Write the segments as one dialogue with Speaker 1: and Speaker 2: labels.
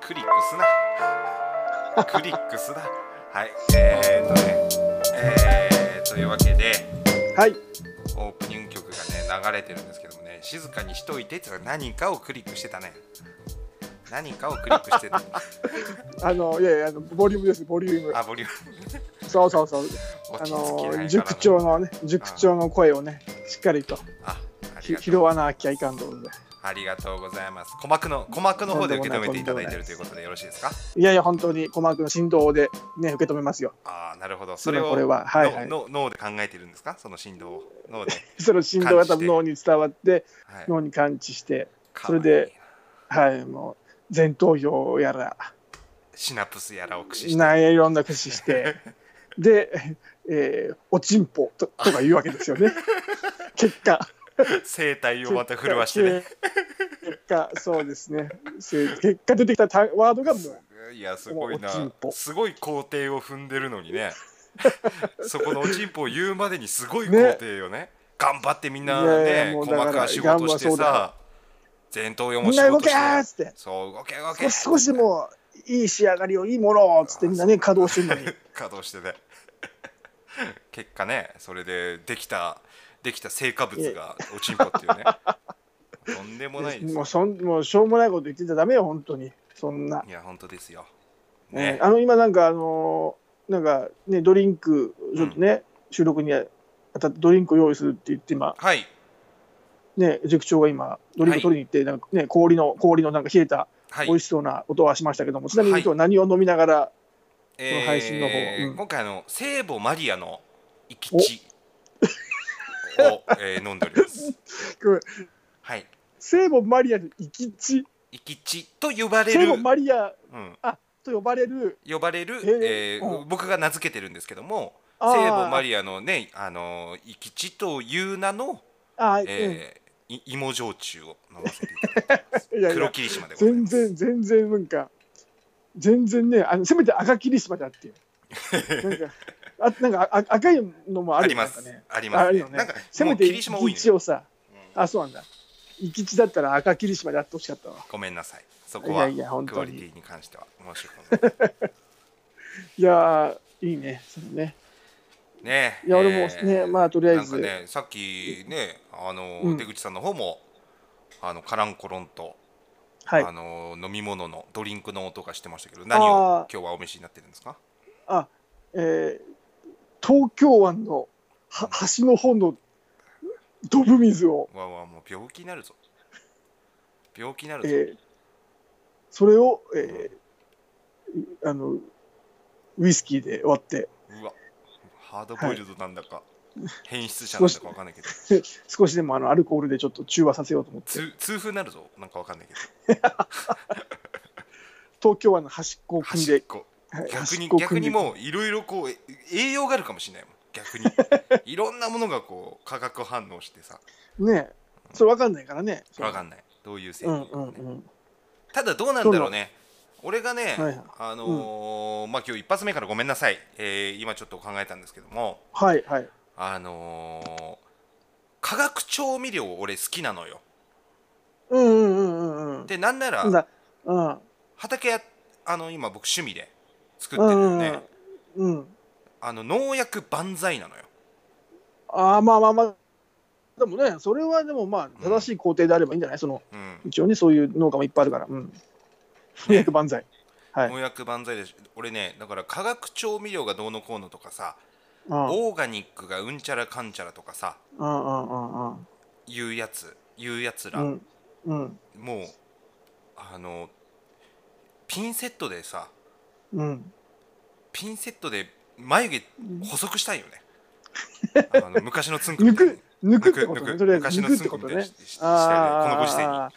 Speaker 1: クリックすなクリックすなはいえー、っとねえー、というわけで
Speaker 2: はい
Speaker 1: オープニング曲がね流れてるんですけどもね静かにしといてって言ったら何かをクリックしてたね何かをクリックして た
Speaker 2: あのいやいやあのボリュームですボリューム
Speaker 1: あボリュー
Speaker 2: そうそうそう
Speaker 1: ム
Speaker 2: あ
Speaker 1: 落ち着きな
Speaker 2: の
Speaker 1: い
Speaker 2: 塾
Speaker 1: から
Speaker 2: 長のね塾長の声をねしっかりと
Speaker 1: ああり
Speaker 2: ひ
Speaker 1: がとう
Speaker 2: 拾わなきゃいかんと思うんで
Speaker 1: ありがとうございます鼓膜の鼓膜の方で受け止めていただいてるということでよろしいですか
Speaker 2: いやいや本当に鼓膜の振動でね受け止めますよ
Speaker 1: ああなるほどそれを
Speaker 2: これははいはい
Speaker 1: のの脳で考えてるんですかその振動を脳で、
Speaker 2: その振動が多
Speaker 1: 感じて
Speaker 2: 分脳に伝わって
Speaker 1: はい、
Speaker 2: 脳に感知して
Speaker 1: か
Speaker 2: そ
Speaker 1: わい
Speaker 2: れ
Speaker 1: い
Speaker 2: ではいもう前頭葉やら
Speaker 1: シナプスやらを駆使して
Speaker 2: なんやいろんな駆使して で、えーおちんぽととか言うわけで すよね結果
Speaker 1: 声帯をまた震わしてね
Speaker 2: 結果そうですねそう結果出てきた単ワードがもう
Speaker 1: いやすごいな
Speaker 2: おちんぽ
Speaker 1: すごい工程を踏んでるのに ねそこのおちんぽを言うまでにすごい工
Speaker 2: ね
Speaker 1: 程よね頑張ってみんない
Speaker 2: やいや
Speaker 1: ね
Speaker 2: もう
Speaker 1: 鼓
Speaker 2: だか
Speaker 1: 膜
Speaker 2: ら
Speaker 1: は仕事して
Speaker 2: 頑張そう
Speaker 1: さ前頭葉
Speaker 2: み
Speaker 1: も
Speaker 2: ん
Speaker 1: 仕
Speaker 2: な動
Speaker 1: 事
Speaker 2: けーっ
Speaker 1: して
Speaker 2: つって
Speaker 1: そう動け動け
Speaker 2: 少し少しでもいい仕上がりをいいものをっつってみんなね稼働してるのに
Speaker 1: 稼働してね結果ねそれでできたできた成果物がおちんぽっていう ねとん でもないです
Speaker 2: もうそんもうしょうもないこと言ってちゃダメよ本当にそんない
Speaker 1: や本当ですよ
Speaker 2: ね
Speaker 1: ね、
Speaker 2: あの今なんかあのーなんかねドリンクちょっとね、収録にあたってドリンクを用意するって言って今
Speaker 1: はい
Speaker 2: ね塾長が今ドリンク取りに行って、なんかね氷の氷のなんか冷えた
Speaker 1: はい
Speaker 2: 美味しそうな音はしましたけども、ちなみ
Speaker 1: は
Speaker 2: に
Speaker 1: い
Speaker 2: 今日何を飲みながら、
Speaker 1: えー
Speaker 2: 配信の方うん
Speaker 1: 今回あの聖母マリアの生き地を、えー飲んでおります
Speaker 2: これ
Speaker 1: はい
Speaker 2: 聖母マリアの生き地
Speaker 1: 生き地と呼ばれ
Speaker 2: 聖
Speaker 1: る、
Speaker 2: 母マリア
Speaker 1: うん、
Speaker 2: と呼ばれる
Speaker 1: 呼ばれる、
Speaker 2: へー
Speaker 1: えー
Speaker 2: う
Speaker 1: 僕が名付けてるんですけども聖
Speaker 2: あー
Speaker 1: 母マリアのねあの生き地という名の
Speaker 2: あー、
Speaker 1: えーい芋焼酎を飲ませていただい
Speaker 2: うん、いや
Speaker 1: て
Speaker 2: い
Speaker 1: 黒
Speaker 2: や
Speaker 1: 霧島でござい
Speaker 2: 全
Speaker 1: ます
Speaker 2: 然全然なんか全然ねあのせめて赤霧島だってい うなんかあなんかあ赤いのもあ
Speaker 1: あ
Speaker 2: る
Speaker 1: り
Speaker 2: よ
Speaker 1: ます
Speaker 2: なんかね
Speaker 1: あり
Speaker 2: あ
Speaker 1: ます
Speaker 2: る
Speaker 1: ね
Speaker 2: よね
Speaker 1: なんか
Speaker 2: せ
Speaker 1: も
Speaker 2: め
Speaker 1: う
Speaker 2: て
Speaker 1: 霧島多いね
Speaker 2: 生き地をさ
Speaker 1: うん
Speaker 2: あそうなんだ生き地だったら赤霧島でやってほしかったわ
Speaker 1: ごめんなさいそ
Speaker 2: い
Speaker 1: こ
Speaker 2: や
Speaker 1: はい
Speaker 2: や本
Speaker 1: クオ
Speaker 2: 当
Speaker 1: リ
Speaker 2: に
Speaker 1: ティに関しては申し訳ない
Speaker 2: いやーいいねそのね
Speaker 1: ね
Speaker 2: いや俺も
Speaker 1: え
Speaker 2: ね、
Speaker 1: ー
Speaker 2: まあとりあえ
Speaker 1: なん
Speaker 2: ず、
Speaker 1: かねさっきねあの、
Speaker 2: うん
Speaker 1: 出口さんの方もあのカランコロンと、
Speaker 2: はい
Speaker 1: あの飲み物のドリンクの音がしてましたけど何を
Speaker 2: あー
Speaker 1: 今日はお召しになってるんですか
Speaker 2: あ、えー東京湾のは橋の方のドブ水を、
Speaker 1: わわもう病気になるぞ病気になるぞ、
Speaker 2: えーそれを、えーあのウイスキーで割って
Speaker 1: うわハードボイルドなんだか、変質者なんだかわかんないけど
Speaker 2: 少しでもあのアルコールでちょっと中和させようと思って
Speaker 1: 通痛風になるぞなんかわかんないけど
Speaker 2: 東京湾の端っこを組ん
Speaker 1: 端っ
Speaker 2: で
Speaker 1: こ
Speaker 2: はい
Speaker 1: 逆
Speaker 2: 端
Speaker 1: に
Speaker 2: っこを
Speaker 1: 逆
Speaker 2: 組ん
Speaker 1: に
Speaker 2: で
Speaker 1: もういろいろこうえ栄養があるかもしれないもん逆 にいろんなものがこう化学反応してさ
Speaker 2: ねそれわかんないからね
Speaker 1: わか
Speaker 2: ない
Speaker 1: んないどういう成
Speaker 2: う
Speaker 1: 分
Speaker 2: ん
Speaker 1: かね
Speaker 2: うんうん
Speaker 1: ただどうなんだろうね俺がね、
Speaker 2: はいはい
Speaker 1: あのーまあ今日一発目からごめんなさい、えー今ちょっと考えたんですけども
Speaker 2: はいはい
Speaker 1: あのー化学調味料俺好きなのよ
Speaker 2: うんうんうんうんうん
Speaker 1: でなんな
Speaker 2: な
Speaker 1: ら
Speaker 2: んだうん
Speaker 1: 畑やあの今僕趣味で作って
Speaker 2: う
Speaker 1: るよ
Speaker 2: ん
Speaker 1: ね、
Speaker 2: うんうん
Speaker 1: あの農薬万歳なのよ
Speaker 2: ああまあまあまあでもねそれはでもまあ正しい工程であればいいんじゃないその
Speaker 1: うん
Speaker 2: 一応ねそういう農家もいっぱいあるからうん農薬万歳はい
Speaker 1: 農薬万歳でし俺ねだから化学調味料がどうのこうのとかさ
Speaker 2: うんうん
Speaker 1: オーガニックがうんちゃらかんちゃらとかさ
Speaker 2: うんうんうん
Speaker 1: 言うやつ言うやつ
Speaker 2: う
Speaker 1: ら、
Speaker 2: んうん
Speaker 1: もうあのピンセットでさ
Speaker 2: うん
Speaker 1: ピンセットで眉毛細くしたいよねあの昔のツンク
Speaker 2: 抜
Speaker 1: みたいに
Speaker 2: く抜くってこと
Speaker 1: 抜
Speaker 2: ね
Speaker 1: く
Speaker 2: とりあえず
Speaker 1: 昔の
Speaker 2: 抜くっ
Speaker 1: ツン
Speaker 2: て
Speaker 1: ク
Speaker 2: こ
Speaker 1: み
Speaker 2: と
Speaker 1: たいに
Speaker 2: ね
Speaker 1: ししたいよねこのご時世に
Speaker 2: ああ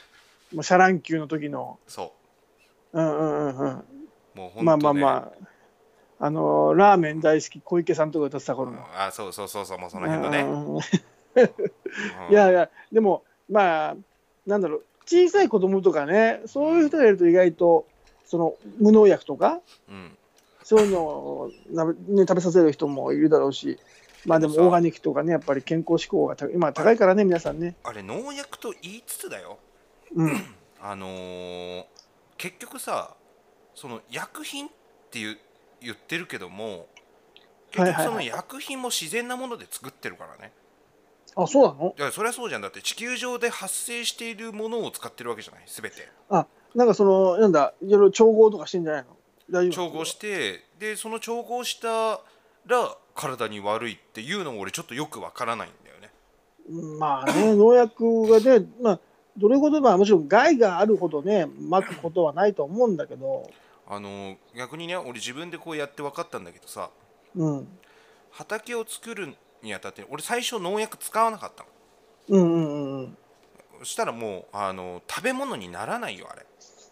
Speaker 2: もうシャラン級の時の
Speaker 1: そ
Speaker 2: うんうんうんうん
Speaker 1: うもう本当、ね、
Speaker 2: まあまあまああのーラーメン大好き小池さんとか歌ってた頃の
Speaker 1: ああそうそうそうそうもうその辺のね、
Speaker 2: うんうんうん
Speaker 1: うん
Speaker 2: いやいや、でも、まあ、なんだろう、小さい子供とかね、そういう人がいると意外と、その無農薬とか、
Speaker 1: うん
Speaker 2: そういうのをな、ね、食べさせる人もいるだろうし、まあでも
Speaker 1: そう
Speaker 2: オーガニックとかね、やっぱり健康志向が高い今高いからね、皆さんね。
Speaker 1: あれ農薬と言いつつだよ
Speaker 2: うん。
Speaker 1: あのー結局さその薬品って言う言ってるけども
Speaker 2: は
Speaker 1: 結
Speaker 2: いはいは
Speaker 1: 局
Speaker 2: い
Speaker 1: その薬品も自然なもので作ってるからね
Speaker 2: あ、そうなの
Speaker 1: いやそりゃそうじゃんだって地球上で発生しているものを使ってるわけじゃない全て
Speaker 2: なんかその、なんだ、いろいろ調合とかしてんじゃないの大丈夫
Speaker 1: 調合してでその調合したら体に悪いっていうのも俺ちょっとよくわからないんだよね
Speaker 2: うんまあね、農薬がね、まあ、どれほど、まあもちろん害があるほどね、まくことはないと思うんだけど、
Speaker 1: あの逆にね俺自分でこうやって分かったんだけどさ
Speaker 2: うん。
Speaker 1: 畑を作るにあたって俺最初農薬使わなかったの
Speaker 2: うんうんうん。
Speaker 1: そしたらもうあの食べ物にならないよあれ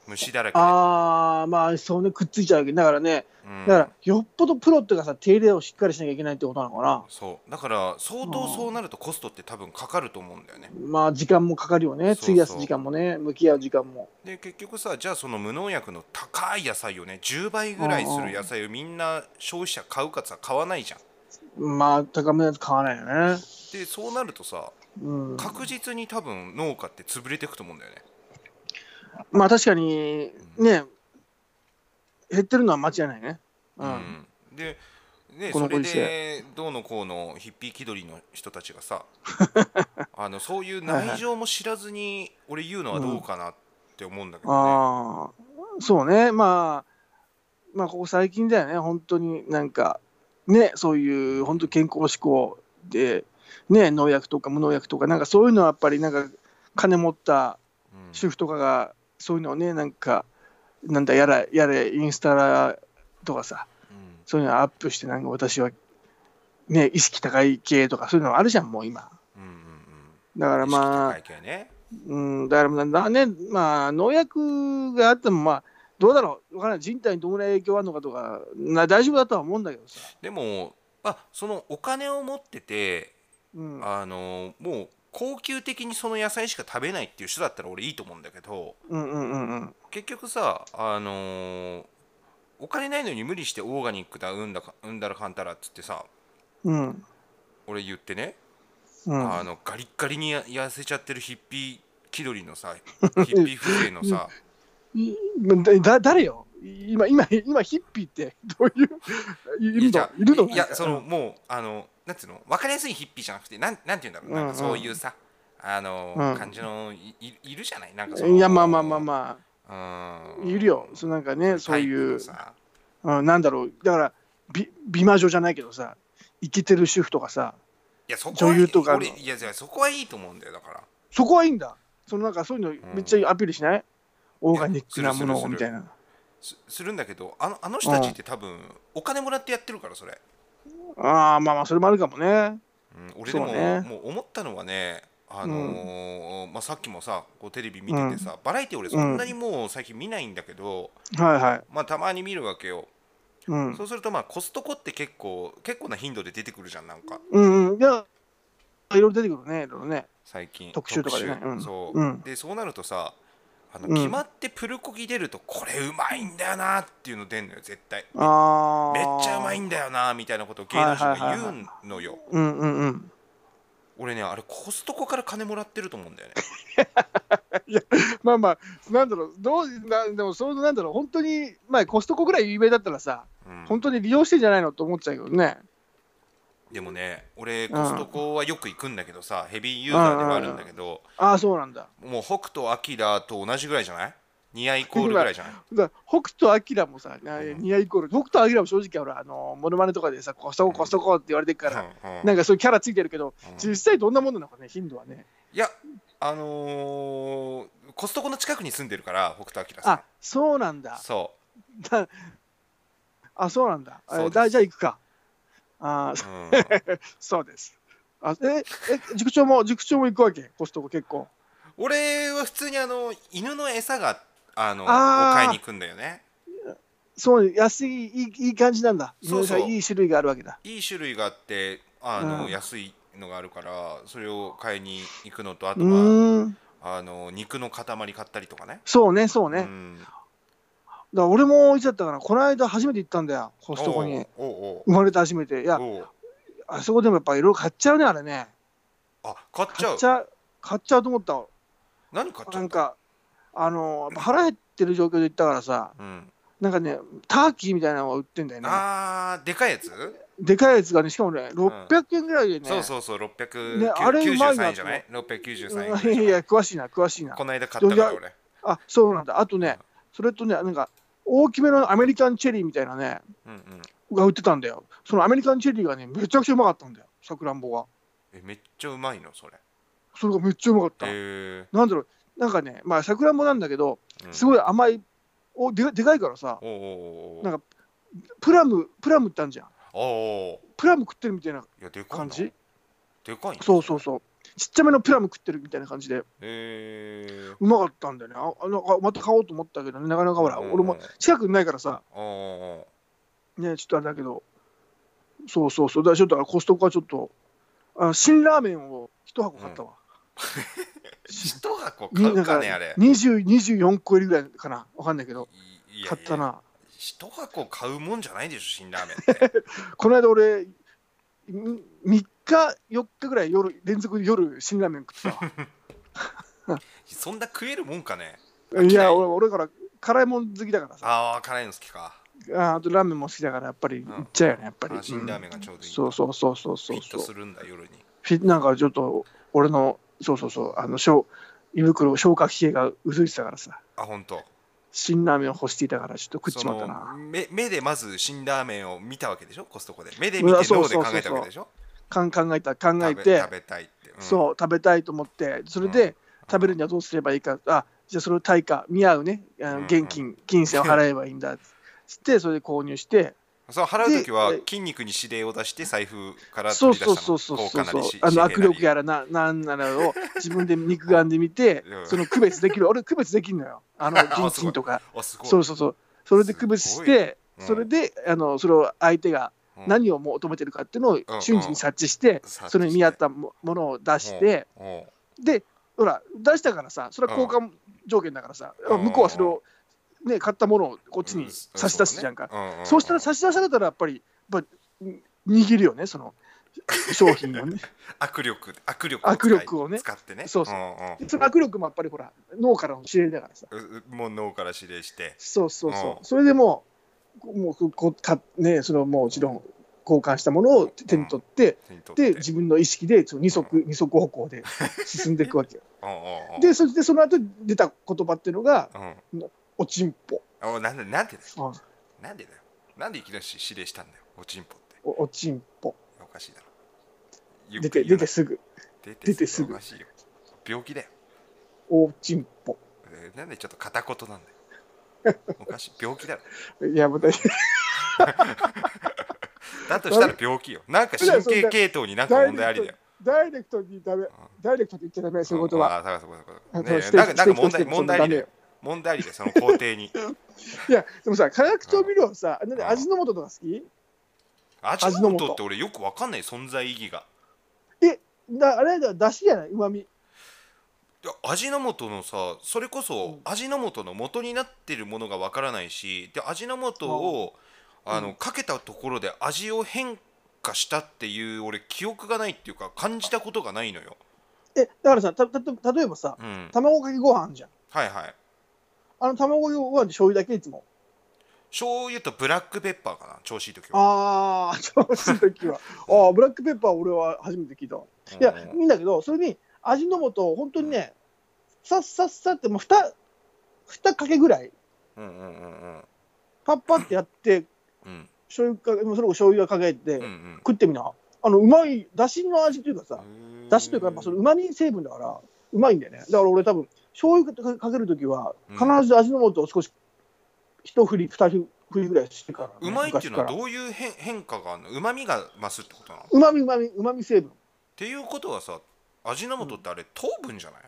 Speaker 1: 虫だらけで、
Speaker 2: ああ、まあそうね、くっついちゃうわけだからね、
Speaker 1: うん
Speaker 2: だからよっぽどプロっていうかさ、手入れをしっかりしなきゃいけないってことなのかな。
Speaker 1: そうだから相当そうなるとコストって多分かかると思うんだよね
Speaker 2: まあ時間もかかるよ
Speaker 1: そ
Speaker 2: ね、
Speaker 1: うそう
Speaker 2: 費やす時間もね、向き合う時間も。
Speaker 1: で結局さじゃあその無農薬の高い野菜をね10倍ぐらいする野菜をみんな消費者買うかさ買わないじゃん
Speaker 2: まあ高めのやつ買わないよね。
Speaker 1: でそうなるとさ
Speaker 2: うん、
Speaker 1: 確実に多分農家って潰れていくと思うんだよね
Speaker 2: まあ確かにね、減ってるのは間違いないね。うん。
Speaker 1: うんでね、
Speaker 2: この
Speaker 1: そ
Speaker 2: ご
Speaker 1: れ
Speaker 2: 時世
Speaker 1: でどうのこうのヒッピー気取りの人たちが さあのそういう内情も知らずに俺言うのはどうかなって思うんだけどね、
Speaker 2: ああ、そうね、まあ、まあここ最近だよね、本当になんか、ね、そういう本当健康志向で、ね、農薬とか無農薬とか、なんかそういうのはやっぱりなんか金持った
Speaker 1: うん
Speaker 2: 主婦とかがそういうのをねなんかなんだやらやれインスタとかさ
Speaker 1: うん
Speaker 2: そういうのアップしてなんか私はね意識高い系とかそういうのあるじゃんもう今
Speaker 1: うんうん
Speaker 2: だか
Speaker 1: う
Speaker 2: ら
Speaker 1: ん
Speaker 2: まあ
Speaker 1: 意識高い系ね
Speaker 2: うんだからなんだねまあ農薬があってもまあどうだろうわからない人体にどのぐらい影響あるのかとかな大丈夫だとは思うんだけどさ、
Speaker 1: でもあそのお金を持ってて
Speaker 2: うん、
Speaker 1: あのもう高級的にその野菜しか食べないっていう人だったら俺いいと思うんだけど
Speaker 2: うんうんうんうん
Speaker 1: 結局さあのーお金ないのに無理してオーガニックだうんだかうんだらかんたらっつってさ
Speaker 2: うん
Speaker 1: 俺言ってね、
Speaker 2: うん
Speaker 1: あのガリッガリにや痩せちゃってるヒッピー気取りの さヒッピー風情のさ
Speaker 2: いだだ誰よ今今今ヒッピーってどういういいる
Speaker 1: じゃ
Speaker 2: の
Speaker 1: あ
Speaker 2: いるの
Speaker 1: いやそのもうあのなんつうの分かりやすいヒッピーじゃなくてなんなんて言うんだろうなんかそういうさあのー
Speaker 2: うん
Speaker 1: 感じのいいいるじゃないなんかその
Speaker 2: いやまあまあまあま
Speaker 1: あ
Speaker 2: あいるよそうなんかねそういう、
Speaker 1: さ
Speaker 2: うん、なんだろうだから美美魔女じゃないけどさ生きてる主婦とかさ
Speaker 1: いやそこは
Speaker 2: 女優とかの
Speaker 1: 俺いやいやそこはいいと思うんだよだから
Speaker 2: そこはいいんだそのなんかそういうのめっちゃアピールしない、オーガニックなも
Speaker 1: いや
Speaker 2: の
Speaker 1: す
Speaker 2: を
Speaker 1: る
Speaker 2: み
Speaker 1: する
Speaker 2: たいな
Speaker 1: すするんだけどあのあの人たちって多分お金もらってやってるからそれ、
Speaker 2: ああまあまあそれもあるかもね
Speaker 1: うん俺でも、
Speaker 2: そうね
Speaker 1: もう思ったのはねあのーまあ、さっきもさこうテレビ見ててさ、バラエティ俺そんなにもう最近見ないんだけど、
Speaker 2: はいはい
Speaker 1: まあたまに見るわけよ、
Speaker 2: うん
Speaker 1: そうするとまあコストコって結構結構な頻度で出てくるじゃんなんか
Speaker 2: うんうんいやいろいろ出てくるねいろいろね
Speaker 1: 最近
Speaker 2: 特集とかでね
Speaker 1: 特集
Speaker 2: うん
Speaker 1: そう、
Speaker 2: うん
Speaker 1: でそうなるとさあの
Speaker 2: うん
Speaker 1: 決まってプルコギ出るとこれうまいんだよなっていうの出んのよ絶対
Speaker 2: ああ
Speaker 1: めっちゃうまいんだよなみたいなことを芸能人が言うのよ
Speaker 2: うんうんうん
Speaker 1: 俺ねあれコストコから金もらってると思うんだよね
Speaker 2: まあまあ、なんだろう、どうなでも、そうなんだろう、本当に、まあ、コストコぐらい有名だったらさ、
Speaker 1: うん
Speaker 2: 本当に利用してんじゃないのと思っちゃうけどね。
Speaker 1: でもね俺
Speaker 2: ん
Speaker 1: コストコはよく行くんだけどさヘビーユーザーではあるんだけど
Speaker 2: ああ、そうなんだ。
Speaker 1: もう北斗晶と同じぐらいじゃないニアイコールぐらいじゃない
Speaker 2: だから北斗晶もさ、な
Speaker 1: うん
Speaker 2: ニアイコール、北斗晶も正直、ほら、あの、モノマネとかでさ、コストコ、
Speaker 1: うん
Speaker 2: コストコって言われてるから、
Speaker 1: うんうん
Speaker 2: なんかそういうキャラついてるけど、
Speaker 1: うん
Speaker 2: 実際どんなもんなのかね、頻度はね。
Speaker 1: いやあのーコストコの近くに住んでるから北斗晶さん
Speaker 2: あそうなんだ。
Speaker 1: そ
Speaker 2: だあ、そうなんだ。
Speaker 1: そう
Speaker 2: え
Speaker 1: です
Speaker 2: だじゃあ行くか。あー
Speaker 1: う、うん、
Speaker 2: そうです。あえ、え、塾長も、塾長も行くわけ、コストコ結構。
Speaker 1: 俺は普通にあの犬の餌があの
Speaker 2: あー
Speaker 1: を買いに行くんだよね
Speaker 2: そう、安い、いいいい感じなんだ。
Speaker 1: そうそう
Speaker 2: いろいろいい種類があるわけだ。
Speaker 1: いい種類があってあの、
Speaker 2: うん
Speaker 1: 安いのがあるからそれを買いに行くのとあ
Speaker 2: う
Speaker 1: とは
Speaker 2: ーん。
Speaker 1: あの肉の塊買ったりとかね。
Speaker 2: そうね、そうね。
Speaker 1: う
Speaker 2: だか
Speaker 1: ん、
Speaker 2: ら俺もいつだったかな、この間初めて行ったんだよ、コストコ
Speaker 1: お
Speaker 2: に
Speaker 1: う。おう
Speaker 2: 生まれて初めて。い
Speaker 1: お
Speaker 2: や
Speaker 1: う、おう
Speaker 2: あそこでもやっぱいろいろ買っちゃうね、あれね。
Speaker 1: あ買っちゃう
Speaker 2: 買っちゃう、買っちゃうと思ったわ
Speaker 1: 何買っちゃ
Speaker 2: な
Speaker 1: うん
Speaker 2: か、あの、やっぱ腹減ってる状況で行ったからさ、
Speaker 1: うん
Speaker 2: なんかね、ターキーみたいなのが売ってんだよね。
Speaker 1: あーでかいやつ、
Speaker 2: でかいやつがね、しかもね、600円ぐらいでね、
Speaker 1: そうそうそう693
Speaker 2: ねあれうまいな
Speaker 1: 円じゃない693円
Speaker 2: うんいやいや、詳しいな、詳しいな
Speaker 1: こ。の間買ったから俺
Speaker 2: あ、そうなんだ。あとね、それとね、なんか、大きめのアメリカンチェリーみたいなね、
Speaker 1: うんうん
Speaker 2: が売ってたんだよ。そのアメリカンチェリーがね、めちゃくちゃうまかったんだよ、さくらんぼが。
Speaker 1: えめっちゃうまいのそれ
Speaker 2: それがめっちゃうまかった。
Speaker 1: へえ
Speaker 2: なんだろう、なんかね、まあ、さくらんぼなんだけど、
Speaker 1: ーうん
Speaker 2: すごい甘い、おででかいからさ、
Speaker 1: おうおうおうおう
Speaker 2: なんかプラム、プラムってあるじゃん。
Speaker 1: おうおう
Speaker 2: プラム食ってるみたいない
Speaker 1: やでかいな
Speaker 2: 感じ
Speaker 1: でかいな
Speaker 2: そうそうそう。ちっちゃめのプラム食ってるみたいな感じで、
Speaker 1: へえ
Speaker 2: うまかったんだよね。ああのあまた買おうと思ったけどね、なかなかほら、俺も近くにないからさ、
Speaker 1: おお
Speaker 2: ね、ちょっとあれだけど、そうそうそう、だからちょっとあのコストコはちょっと、あの新ラーメンを一箱買ったわ。
Speaker 1: 一箱買うかねあれ
Speaker 2: 20 24個入りぐらいかな、わかんないけど、
Speaker 1: いいや
Speaker 2: 買った
Speaker 1: いや
Speaker 2: な。
Speaker 1: 一箱買うもんじゃないでしょ辛ラーメンって
Speaker 2: この間俺、3日、4日ぐらい夜連続で夜、新ラーメン食って た
Speaker 1: そんな食えるもんかね
Speaker 2: わ。いや、俺、俺から辛いもん好きだからさ、
Speaker 1: ああ辛いの好きか
Speaker 2: ああとラーメンも好きだから、やっぱり
Speaker 1: ん
Speaker 2: 行っちゃうよね、やっぱり。
Speaker 1: あ辛ラーメンがちょうどいい
Speaker 2: そうそうそうそう
Speaker 1: フ
Speaker 2: そ
Speaker 1: ィ
Speaker 2: う
Speaker 1: ット
Speaker 2: そ
Speaker 1: す
Speaker 2: う
Speaker 1: るんだ夜に
Speaker 2: フィなんかちょっと俺のそうそうそうあの消胃袋消化器系がうずいてたからさ
Speaker 1: あ本当。
Speaker 2: 辛ラーメンを欲していたからちょっと食っち
Speaker 1: そ
Speaker 2: まった
Speaker 1: の
Speaker 2: な
Speaker 1: 目目でまず辛ラーメンを見たわけでしょコストコで目で見て
Speaker 2: うわそう
Speaker 1: 脳で
Speaker 2: そう
Speaker 1: 考
Speaker 2: そう
Speaker 1: えたわけでしょ
Speaker 2: かん考えた考え
Speaker 1: 食べ
Speaker 2: て
Speaker 1: 食べたいって、うん
Speaker 2: そう食べたいと思ってそれで、食べるにはどうすればいいかあじゃあそれを対価見合うねあ
Speaker 1: うん
Speaker 2: の現金、金銭を払えばいいんだつってそれで購入して
Speaker 1: そう払う時は
Speaker 2: で
Speaker 1: 筋肉に指令を出して財布から
Speaker 2: そ
Speaker 1: 取
Speaker 2: う
Speaker 1: り出した
Speaker 2: そ
Speaker 1: の
Speaker 2: うそうそうそうそう
Speaker 1: し
Speaker 2: あの
Speaker 1: 指令
Speaker 2: 握
Speaker 1: なり
Speaker 2: 力やらななんならを自分で肉眼で見て
Speaker 1: うん
Speaker 2: その区別できる俺区別できるのよあの
Speaker 1: あ
Speaker 2: 現金とか
Speaker 1: あすごい
Speaker 2: そうそうそう。それで区別して、
Speaker 1: す
Speaker 2: そ
Speaker 1: ごい
Speaker 2: れ
Speaker 1: ね
Speaker 2: で、あの、それを相手が
Speaker 1: うん
Speaker 2: 何を求めてるかっていう
Speaker 1: う
Speaker 2: の
Speaker 1: ん
Speaker 2: を瞬時に察知して、
Speaker 1: 察知して
Speaker 2: それに見合ったもものを出して、
Speaker 1: おう
Speaker 2: で、ほら、出したからさ、それは交換条件だからさ、
Speaker 1: うん
Speaker 2: 向こうはそれを、ね、買ったものをこっちに差し出すじゃんか。
Speaker 1: うねう
Speaker 2: そうしたら差し出されたら、やっぱり、やっぱり握るよね、その商 品をね。
Speaker 1: 握力握力
Speaker 2: 握力をね
Speaker 1: 使ってね
Speaker 2: そうそうん
Speaker 1: ん
Speaker 2: その握力もやっぱりほら、脳からの指令だからさ。
Speaker 1: ううもう脳から指令して
Speaker 2: そうそうそう
Speaker 1: う。ん
Speaker 2: それでもう、もうここか、ね、そのもちろん交換したものを手に取って、
Speaker 1: 手に取
Speaker 2: で、
Speaker 1: って
Speaker 2: 自分の意識でその二足、
Speaker 1: う
Speaker 2: 二足歩行で進んでいくわけよ。
Speaker 1: おうおうおう
Speaker 2: で、そしてその後出た言葉っていうのが、
Speaker 1: うん
Speaker 2: おちんぽ。
Speaker 1: おなんでなんでだよ
Speaker 2: あ
Speaker 1: なんでだよなんでいきなり指令したんだよおちんぽって
Speaker 2: おおちんぽ。
Speaker 1: おかしいだろゆっ
Speaker 2: 出
Speaker 1: く
Speaker 2: て、
Speaker 1: り言
Speaker 2: 出
Speaker 1: うな
Speaker 2: てすぐ。
Speaker 1: 出て
Speaker 2: 出てすぐ
Speaker 1: おかしいよ病気だよ
Speaker 2: おちんぽ。
Speaker 1: えーなんでちょっと片言なん だよおかしい病気だろ
Speaker 2: いや、また、
Speaker 1: だとしたら病気よなんか神経系統になんか問題ありだよ
Speaker 2: ダイレクトにダメ。ダイレクトって言っちゃダメ、そういうことは。
Speaker 1: ああそうかそうかそうか
Speaker 2: あ
Speaker 1: ね
Speaker 2: そう
Speaker 1: えなんかなんか問題
Speaker 2: 指摘指摘
Speaker 1: 問題ありだよ
Speaker 2: そ
Speaker 1: 問題ありだよその工程 に
Speaker 2: いや、でもさ、化学調味料さ、なんで
Speaker 1: うん
Speaker 2: 味の素とか好き
Speaker 1: 味の素って俺よくわかんない存在意義が
Speaker 2: だあれだ、だしじゃない、うまみ。
Speaker 1: いや味の素のさそれこ
Speaker 2: う
Speaker 1: そ
Speaker 2: ん
Speaker 1: 味の素の元になってるものがわからないしで味の素を
Speaker 2: うん
Speaker 1: あのかけたところで味を変化したっていう俺記憶がないっていうか感じたことがないのよ
Speaker 2: え、だからさ、たたと例えばさ、
Speaker 1: うん
Speaker 2: 卵かけご飯あんじゃん。
Speaker 1: はいはい
Speaker 2: あの卵かけご飯で醤油だけいつも。
Speaker 1: 醤油とブラックペッパーかな調子いい時は
Speaker 2: あ あ、調子の 時は。ああ、ブラックペッパー俺は初めて聞いたわ。いや、
Speaker 1: うん
Speaker 2: いいんだけど、それに味の素を本当にね、さっさっさって、もう2、二かけぐらい、
Speaker 1: うんうんうんうん
Speaker 2: パッパってやって、
Speaker 1: うん
Speaker 2: 醤油かけ、もうそれこそ醤油かけて、
Speaker 1: うんうん
Speaker 2: 食ってみな。あの、うまい、だしの味というかさ、
Speaker 1: うーん
Speaker 2: だしというか、まあ、それうまみ成分だから、うまいんだよね。だから俺多分、醤油かかけるときは、
Speaker 1: うん
Speaker 2: 必ず味の素を少し、一振り、二振りぐらいしてからね、
Speaker 1: うまいっていうのは
Speaker 2: 昔から
Speaker 1: どういう変変化があるのうまみが増すってことなのっ
Speaker 2: うまみうまみうまみ成分
Speaker 1: ていうことはさ味の素ってあれ糖分じゃない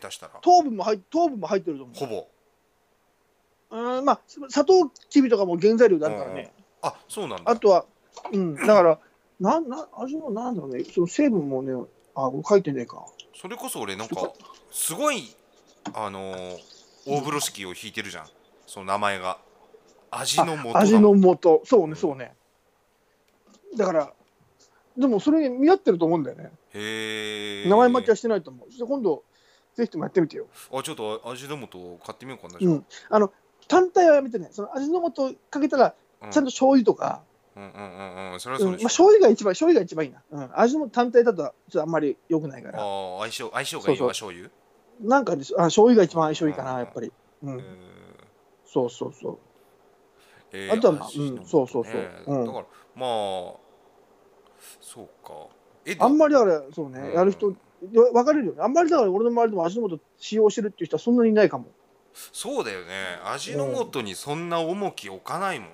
Speaker 1: 下手したら
Speaker 2: 糖分も入っ糖分も入ってると思
Speaker 1: ほぼ
Speaker 2: ううんまあ砂糖きびとかも原材料だからね、
Speaker 1: あそうなんだ
Speaker 2: あとはうんだからなんなん味のなんだろうねその成分もねあこれ書いてねえか
Speaker 1: それこそ俺なんかすごいあのー大風呂敷を引いてるじゃんその名前が味の素だもん
Speaker 2: あ味の素そうねそうねだからでもそれに見合ってると思うんだよね
Speaker 1: へえ
Speaker 2: 名前待ちはしてないと思う、そして今度ぜひともやってみてよ
Speaker 1: あちょっと味の素買ってみようかなじゃあ
Speaker 2: うんあの単体はやめてね、その味の素かけたら、
Speaker 1: うん
Speaker 2: ちゃんと醤油とか、
Speaker 1: うんうんうんうんそれは
Speaker 2: うん
Speaker 1: そう
Speaker 2: まあ、
Speaker 1: でしょ、
Speaker 2: 醤油が一番、醤油が一番いいな。うん、味の素単体だと、ちょっとあんまり良くないか
Speaker 1: あ
Speaker 2: ら。
Speaker 1: ー相性相性がいいわ醤油
Speaker 2: なんかね、あ醤油が一番相性いいか
Speaker 1: うん
Speaker 2: な、やっぱり。う、
Speaker 1: うんん
Speaker 2: そうそうそう。
Speaker 1: え
Speaker 2: あとはまあ
Speaker 1: 味の
Speaker 2: うんそうそうそう
Speaker 1: ね
Speaker 2: うん
Speaker 1: だからまあそうかえ
Speaker 2: あんまりだ
Speaker 1: あ
Speaker 2: から、そうね、やる人、分かれるよね。あんまりだから、俺の周りでも味の素使用してるっていう人はそんなにいないかも。
Speaker 1: そうだよね味の素にそんな重き置かないもん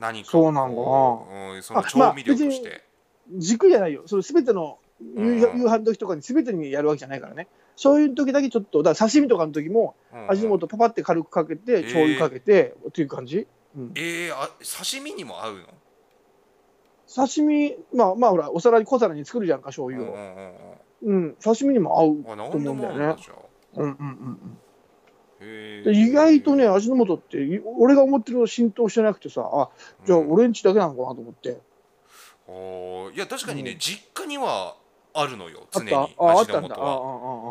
Speaker 1: 何か
Speaker 2: そうなんか
Speaker 1: な、うん、その調味料として、
Speaker 2: 軸じゃないよ。それ全ての夕
Speaker 1: うん
Speaker 2: 夕飯の時とかに全てにやるわけじゃないからね。そういう時だけちょっと、だから刺身とかの時も、
Speaker 1: うん
Speaker 2: 味の素パパって軽くかけて、醤油かけて、っていう感じ。うん
Speaker 1: えー、あ刺身にも合うの
Speaker 2: 刺身、まあまあほら、お皿に小皿に作るじゃんか、醤
Speaker 1: うんうん
Speaker 2: 油を。
Speaker 1: うん
Speaker 2: うん、刺身にも合う。
Speaker 1: うんあ何でも合うん
Speaker 2: と思うんだよ
Speaker 1: だ
Speaker 2: ね
Speaker 1: じゃあ
Speaker 2: うんうんうん
Speaker 1: へ
Speaker 2: う
Speaker 1: ー
Speaker 2: ん、で意外とね、味の素って、い俺が思ってるの浸透してなくてさ、あじゃあ
Speaker 1: うん
Speaker 2: 俺んちだけなのかなと思って。
Speaker 1: あーいや確かにね、実家にはあるのよ
Speaker 2: あ
Speaker 1: 常
Speaker 2: っ
Speaker 1: に
Speaker 2: たああっ
Speaker 1: 味
Speaker 2: た
Speaker 1: の素
Speaker 2: んだ。ああああ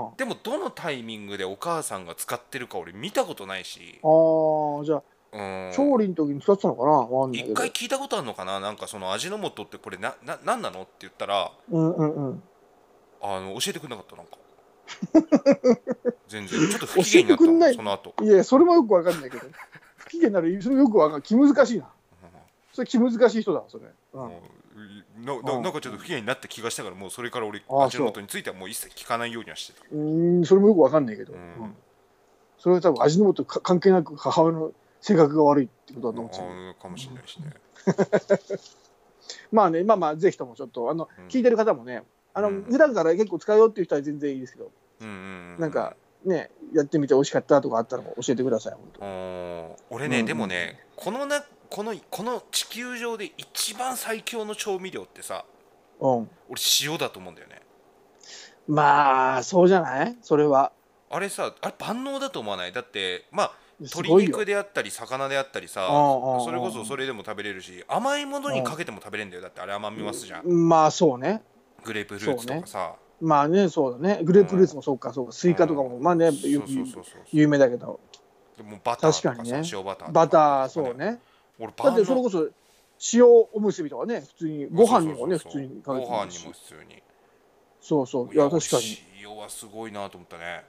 Speaker 1: はでもどのタイミングでお母さんが使ってるか俺見たことないし、
Speaker 2: あああ、じゃあ、
Speaker 1: うん、
Speaker 2: 調理の時に使ってたのかなわかんないけ
Speaker 1: 一
Speaker 2: ど
Speaker 1: 回。聞いたことあるのかななんかその味の素ってこれなななんなのって言ったら
Speaker 2: うんうんうん。
Speaker 1: あの教えてくれなかったなんか全然ちょっと不機嫌になった
Speaker 2: 教えてくんな
Speaker 1: もん
Speaker 2: い
Speaker 1: その後、
Speaker 2: いや、それもよくわかんないけど。 不機嫌なる、それもよくわかんない。気難しいな。それ気難しい人だわ、それ。う
Speaker 1: うんんなな
Speaker 2: うん
Speaker 1: なんかちょっと不機嫌になった気がしたからもうそれから俺
Speaker 2: あ
Speaker 1: 味の素についてはもう一切聞かないようにはしてた、
Speaker 2: うーん、それもよくわかんないけど、
Speaker 1: う
Speaker 2: うんんそれは多分味の素か関係なく母親の性格が悪いってことだと思うんですよ
Speaker 1: あーかもしれないしね、
Speaker 2: まあね、まあまあ、ぜひともちょっと、あの、
Speaker 1: うん
Speaker 2: 聞いてる方もね、あの、
Speaker 1: うん
Speaker 2: 普段から結構使うよっていう人は全然いいですけど、
Speaker 1: うんうんう
Speaker 2: なんかね、やってみて美味しかったとかあったら教えてください、本当。
Speaker 1: おー俺ね、
Speaker 2: うん
Speaker 1: でもねこのなこのこの地球上で一番最強の調味料ってさ
Speaker 2: うん。
Speaker 1: 俺塩だと思うんだよね
Speaker 2: まあ、そうじゃないそれは。
Speaker 1: あれさあれ万能だと思わないだってまあ
Speaker 2: すご
Speaker 1: 鶏
Speaker 2: いよ
Speaker 1: 肉。であったり魚であったりさ
Speaker 2: うんうんうん
Speaker 1: それこそそれでも食べれるし甘いものにかけても食べれるんだよだってあれ甘みますじゃん
Speaker 2: まあ、そうね。
Speaker 1: グレープフルーツとかさ
Speaker 2: まあね、そうだね。グレープフルーツもそうか、そうか。スイカとかも、まあね、
Speaker 1: そう
Speaker 2: ゆ
Speaker 1: そうそうそう
Speaker 2: 有名だけど、
Speaker 1: でもバターと
Speaker 2: 確
Speaker 1: か
Speaker 2: か
Speaker 1: さ
Speaker 2: にね
Speaker 1: 塩バターとか
Speaker 2: バター、そうね。
Speaker 1: 俺
Speaker 2: だ
Speaker 1: 万
Speaker 2: っ
Speaker 1: 能
Speaker 2: て、それこそ、塩おむすびとかね、普通に、ご飯にもね、
Speaker 1: そ
Speaker 2: 普
Speaker 1: うそうそ
Speaker 2: 通
Speaker 1: う
Speaker 2: にかけ
Speaker 1: ご
Speaker 2: て
Speaker 1: 飯
Speaker 2: る
Speaker 1: に
Speaker 2: し
Speaker 1: も普通に
Speaker 2: そうそう。いや、確かに。い
Speaker 1: 塩はすごいなと思ったね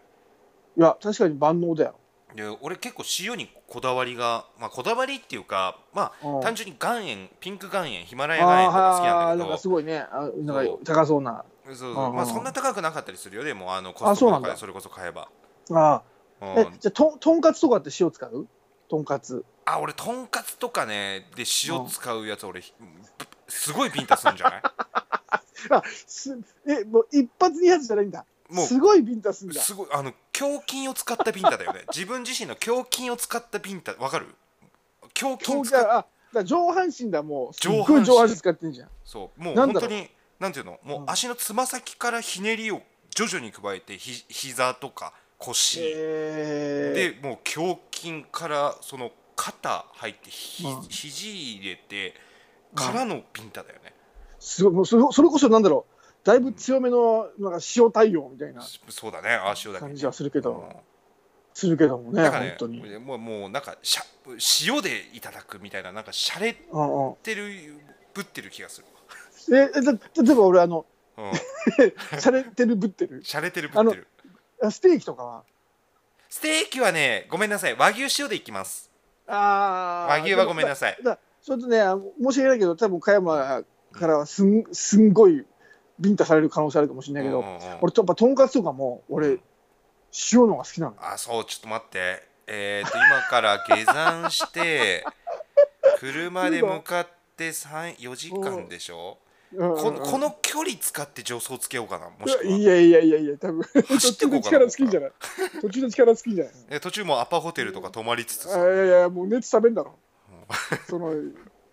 Speaker 2: や、確かに万能だよ。
Speaker 1: で俺結構塩にこだわりが、まあ、こだわりっていうか、ま
Speaker 2: う
Speaker 1: あ、
Speaker 2: ん
Speaker 1: 単純に岩塩ピンク岩塩ヒマラヤ岩塩とか好き
Speaker 2: あ
Speaker 1: な
Speaker 2: あ
Speaker 1: んだ
Speaker 2: なん
Speaker 1: け
Speaker 2: か
Speaker 1: ど
Speaker 2: すごいね、あな
Speaker 1: そ
Speaker 2: ん
Speaker 1: う
Speaker 2: か高そうな。
Speaker 1: そうそう
Speaker 2: うんうん
Speaker 1: まあ、そんな高くなかったりするよでもあのコスト
Speaker 2: そう
Speaker 1: コと
Speaker 2: なん
Speaker 1: か
Speaker 2: だ
Speaker 1: でそれこそ買えば
Speaker 2: あ
Speaker 1: う
Speaker 2: あ
Speaker 1: ん
Speaker 2: えじゃあと、とんかつとかって塩使うとんかつ。
Speaker 1: あ俺とんかつとかねで塩使うやつ俺ひすごいビンタするんじゃ ない
Speaker 2: すえ、もう一発二発じゃないんだ。
Speaker 1: もう
Speaker 2: すごいビンタすんだ。
Speaker 1: すごいあの胸筋を使ったビンタだよね自分自身の胸筋を使ったビンタわかる胸
Speaker 2: と
Speaker 1: 筋
Speaker 2: ん
Speaker 1: 使っ
Speaker 2: かあだから上半身だ、もう。すっ
Speaker 1: 上
Speaker 2: ご
Speaker 1: 半
Speaker 2: い
Speaker 1: 身
Speaker 2: 上半身使ってんじゃん。
Speaker 1: そうもう
Speaker 2: なん
Speaker 1: 本
Speaker 2: だろ
Speaker 1: 当
Speaker 2: う
Speaker 1: になんていうのもううん足のつま先からひねりを徐々に加えてひ膝とか腰、
Speaker 2: え
Speaker 1: でもう胸筋からその肩入ってひ、
Speaker 2: うん
Speaker 1: 肘入れてからのビンタだよね、
Speaker 2: ー、すごい、もうそれそれこそなんだろう。だいぶ強めの、なんか塩対応みたいな
Speaker 1: そそうだねああ塩だけ
Speaker 2: 感じはするけ
Speaker 1: う
Speaker 2: ど、
Speaker 1: ん
Speaker 2: するけどもね、
Speaker 1: なんか
Speaker 2: 本
Speaker 1: ね
Speaker 2: 当に。
Speaker 1: もうもうなんかしゃ塩でいただくみたいななんかしゃれっ
Speaker 2: うんうん
Speaker 1: てるぶってる気がする、
Speaker 2: え、えだ例えば俺、あの、
Speaker 1: うん、
Speaker 2: しゃれてるぶってる。
Speaker 1: しゃれてるぶってる
Speaker 2: あステーキとかは
Speaker 1: ステーキはねごめんなさい和牛塩でいきます
Speaker 2: あ
Speaker 1: 和牛はごめん
Speaker 2: さい
Speaker 1: なさい
Speaker 2: だちょっとね、あの申し訳ないけど、多分加山からはすんすんごいビンタされる可能性あるかもしれないけど、
Speaker 1: うんうんうん
Speaker 2: 俺、やっぱとんかつとかも、
Speaker 1: う
Speaker 2: 俺
Speaker 1: ん、
Speaker 2: 塩のが好きなの。
Speaker 1: あそうちょっと待ってえっ、と今から下山して 車で向かって4時間でしょ
Speaker 2: うん
Speaker 1: このこの距離使って助走つけようかなもしく
Speaker 2: い
Speaker 1: は
Speaker 2: やいやいやいや、多分
Speaker 1: 走
Speaker 2: 途
Speaker 1: って
Speaker 2: 中
Speaker 1: こう
Speaker 2: の
Speaker 1: かな
Speaker 2: 力尽きんじゃない途中の力尽きんじゃない
Speaker 1: え途中もうアパホテルとか泊まりつつ
Speaker 2: あ
Speaker 1: さ
Speaker 2: いやいや、もう熱冷めんだろ。その、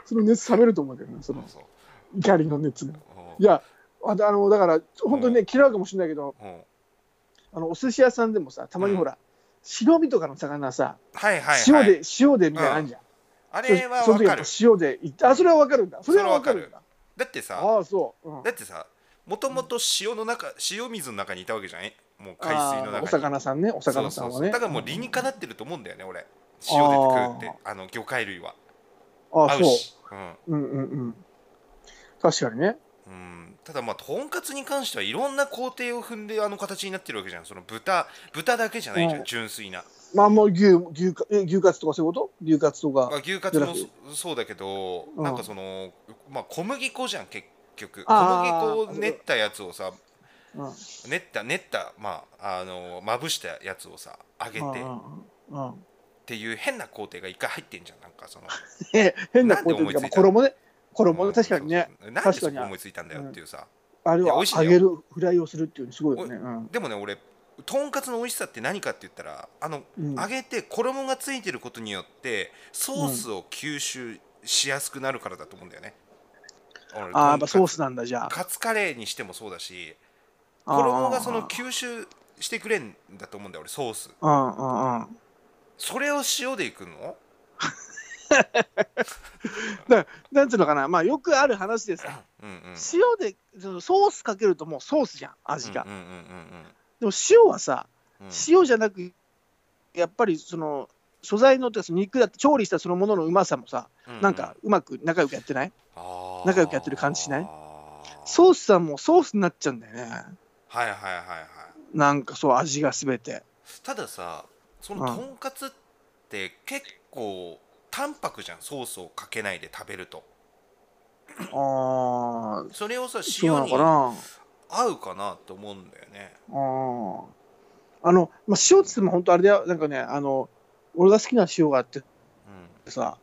Speaker 2: その熱冷めると思うんだけどね、そ
Speaker 1: そう
Speaker 2: の
Speaker 1: そう
Speaker 2: 怒りの熱
Speaker 1: う
Speaker 2: が。
Speaker 1: ん
Speaker 2: いや、あとあの、だから、本当にね、嫌うかもしれないけど、
Speaker 1: うん
Speaker 2: あのお寿司屋さんでもさ、たまにほら、白身とかの魚さ、
Speaker 1: はいはいは
Speaker 2: 塩
Speaker 1: い
Speaker 2: で、塩でみたいなのあるじゃん。
Speaker 1: あ
Speaker 2: そ
Speaker 1: れは
Speaker 2: その
Speaker 1: わ
Speaker 2: 時
Speaker 1: か
Speaker 2: は
Speaker 1: る
Speaker 2: 塩で行ってあそれは分かるんだそれは分かるんだ
Speaker 1: だってさ
Speaker 2: ああそう、うん、
Speaker 1: だってさもともと塩の中塩水の中にいたわけじゃないもう海水の
Speaker 2: ああお
Speaker 1: 中に
Speaker 2: 魚さんねお魚さんはね
Speaker 1: そうそうそうだからもう理にかなってると思うんだよね俺塩で食うってあの魚介類は
Speaker 2: あ
Speaker 1: 合う
Speaker 2: そ
Speaker 1: しうん
Speaker 2: う。うんうんうん。確かにね。
Speaker 1: うん、ただまあとんかつに関してはいろんな工程を踏んであの形になってるわけじゃんその豚豚だけじゃないじゃん、
Speaker 2: うん
Speaker 1: 純粋な、
Speaker 2: まあもう牛、牛か、え牛カツとかそういうこと牛カツと
Speaker 1: ま
Speaker 2: か。
Speaker 1: あ、牛カツも
Speaker 2: グラ
Speaker 1: そそうだけど、
Speaker 2: うん
Speaker 1: なんかその、まあ、小麦粉じゃん結局
Speaker 2: あー
Speaker 1: 小麦粉を練ったやつをさ
Speaker 2: うん。うん
Speaker 1: 練った練ったまああのまぶしたやつをさ揚げてっ
Speaker 2: うんうん。
Speaker 1: ていう変な工程が一回入ってんじゃんなんかその
Speaker 2: え変なこと
Speaker 1: なんで思
Speaker 2: い
Speaker 1: いう
Speaker 2: か、
Speaker 1: つ
Speaker 2: まあ
Speaker 1: いたの
Speaker 2: 衣ね。衣
Speaker 1: う
Speaker 2: ね、
Speaker 1: ん
Speaker 2: 確かにね。
Speaker 1: そうそうなんでそ
Speaker 2: 確か
Speaker 1: こ
Speaker 2: に
Speaker 1: 思いついたんだよっていうさ、
Speaker 2: あれ
Speaker 1: いや美
Speaker 2: は
Speaker 1: 味しいん
Speaker 2: 揚
Speaker 1: だよ
Speaker 2: げる、フライをするっていうのすごいよね。うん
Speaker 1: でもね俺とんかつの美味しさって何かって言ったらあの
Speaker 2: うん。
Speaker 1: 揚げて衣がついてることによってソースを吸収しやすくなるからだと思うんだよね。俺
Speaker 2: ああ、やっぱソー
Speaker 1: とん
Speaker 2: スなんだ、じゃあ
Speaker 1: かつ。カツカレーにしてもそうだし
Speaker 2: あー
Speaker 1: 衣がその吸収してくれんだと思うんだよ俺ソース
Speaker 2: うんうんうん。
Speaker 1: それを塩でいくの
Speaker 2: なんつうのかな、まあよくある話でさ、
Speaker 1: うんうん
Speaker 2: 塩で、そのソースかけるともうソースじゃん、味が。
Speaker 1: うんうんうん
Speaker 2: でも塩はさ、
Speaker 1: うんうん
Speaker 2: 塩じゃなく、やっぱりその、素材のってかその肉だって調理したそのもののうまさもさ、
Speaker 1: う
Speaker 2: なんかうまく仲良くやってない仲良くやってる感じしない
Speaker 1: うん
Speaker 2: ソースさんもソースになっちゃうんだよね。
Speaker 1: あーはいはいはいはい
Speaker 2: なんかそう、味がすべて。
Speaker 1: たださそ
Speaker 2: うん
Speaker 1: のとんかつって結構淡白じゃんソースをかけないで食べると
Speaker 2: ああ、
Speaker 1: それをさ
Speaker 2: そう
Speaker 1: 塩
Speaker 2: なの
Speaker 1: に
Speaker 2: かな。
Speaker 1: 合うかなと思うんだよね
Speaker 2: あーあの、まあ、塩って言っても本当あれだよ、なんかね、あの、俺が好きな塩があってさ、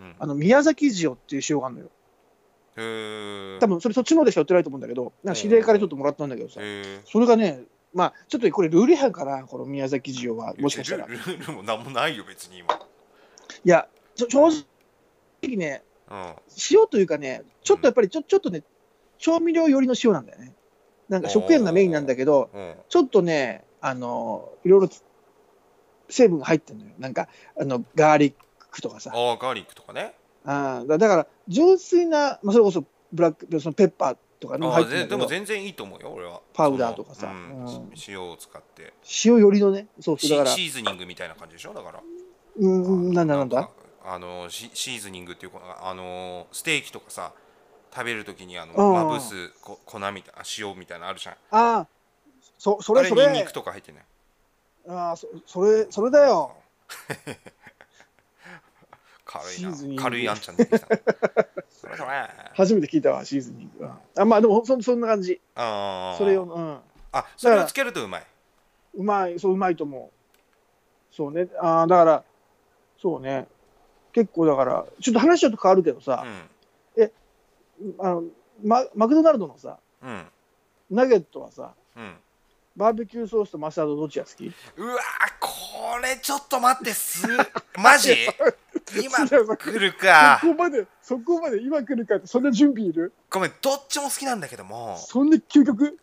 Speaker 1: うんうん
Speaker 2: あの、宮崎塩っていう塩があるのよ。
Speaker 1: へえ
Speaker 2: 多分それそっちの方でしか売ってないと思うんだけど、なんか知り合いからちょっともらったんだけどさ、
Speaker 1: へえ
Speaker 2: それがね、まあ、ちょっとこれルール違反かな、この宮崎塩は、もしかしたら。い
Speaker 1: ルールルールも何もないよ別に今
Speaker 2: や、ちょ正直ね、
Speaker 1: うん
Speaker 2: 塩というかね、ちょっとやっぱりちょちょっとね、調味料寄りの塩なんだよね。なんか食塩がメインなんだけど、
Speaker 1: うん
Speaker 2: ちょっとね、あの、いろいろ成分が入ってるのよ。なんか、あの、ガーリックとかさ。
Speaker 1: ああガーリックとかね
Speaker 2: あーだだから、純粋な、まあ、それこそブラック、そのペッパーとか
Speaker 1: あ
Speaker 2: の入
Speaker 1: ー
Speaker 2: ってる
Speaker 1: ぜ
Speaker 2: ん
Speaker 1: で
Speaker 2: だけ
Speaker 1: も
Speaker 2: ど、
Speaker 1: 全然いいと思うよ俺は
Speaker 2: パウダーとかさ
Speaker 1: そのうん
Speaker 2: うん
Speaker 1: 塩を使って
Speaker 2: 塩寄りのね、そうそう、
Speaker 1: シ
Speaker 2: だから、
Speaker 1: シーズニングみたいな感じでしょだから
Speaker 2: うーん、なんだなんだ
Speaker 1: か。あのシシーズニングっていうかあのステーキとかさ食べるときにあの
Speaker 2: うん
Speaker 1: まぶすこ粉みたいな塩みたいなのあるじゃん
Speaker 2: ああ、そ、そ
Speaker 1: あれ
Speaker 2: れそ
Speaker 1: にんに
Speaker 2: れ
Speaker 1: く。とか入ってない
Speaker 2: ああ、そそれ、それだよ。
Speaker 1: 軽い
Speaker 2: シーズニン
Speaker 1: な
Speaker 2: グ
Speaker 1: 軽いあんちゃん出てきたねそれそれ
Speaker 2: 初めて聞いたわ、シーズニングは。あ、まあでも、そそんな感じ。
Speaker 1: あー
Speaker 2: それを、うん。
Speaker 1: あそれをつけるとうまいう
Speaker 2: まい、そう、うまいと思う。そうね。ああ、だから、そうね。結構だから、ちょっと話ちょっと変わるけど
Speaker 1: う
Speaker 2: さ、
Speaker 1: ん
Speaker 2: あのママクドナルドのさ、
Speaker 1: うん
Speaker 2: ナゲットはさ、
Speaker 1: うん
Speaker 2: バーベキューソースとマスタードどっちが好き
Speaker 1: うわーこれちょっと待ってす マジ今来るか
Speaker 2: そこまで、そこまで今来るかって、そんな準備いる
Speaker 1: ごめんどっちも好きなんだけども
Speaker 2: そんな究極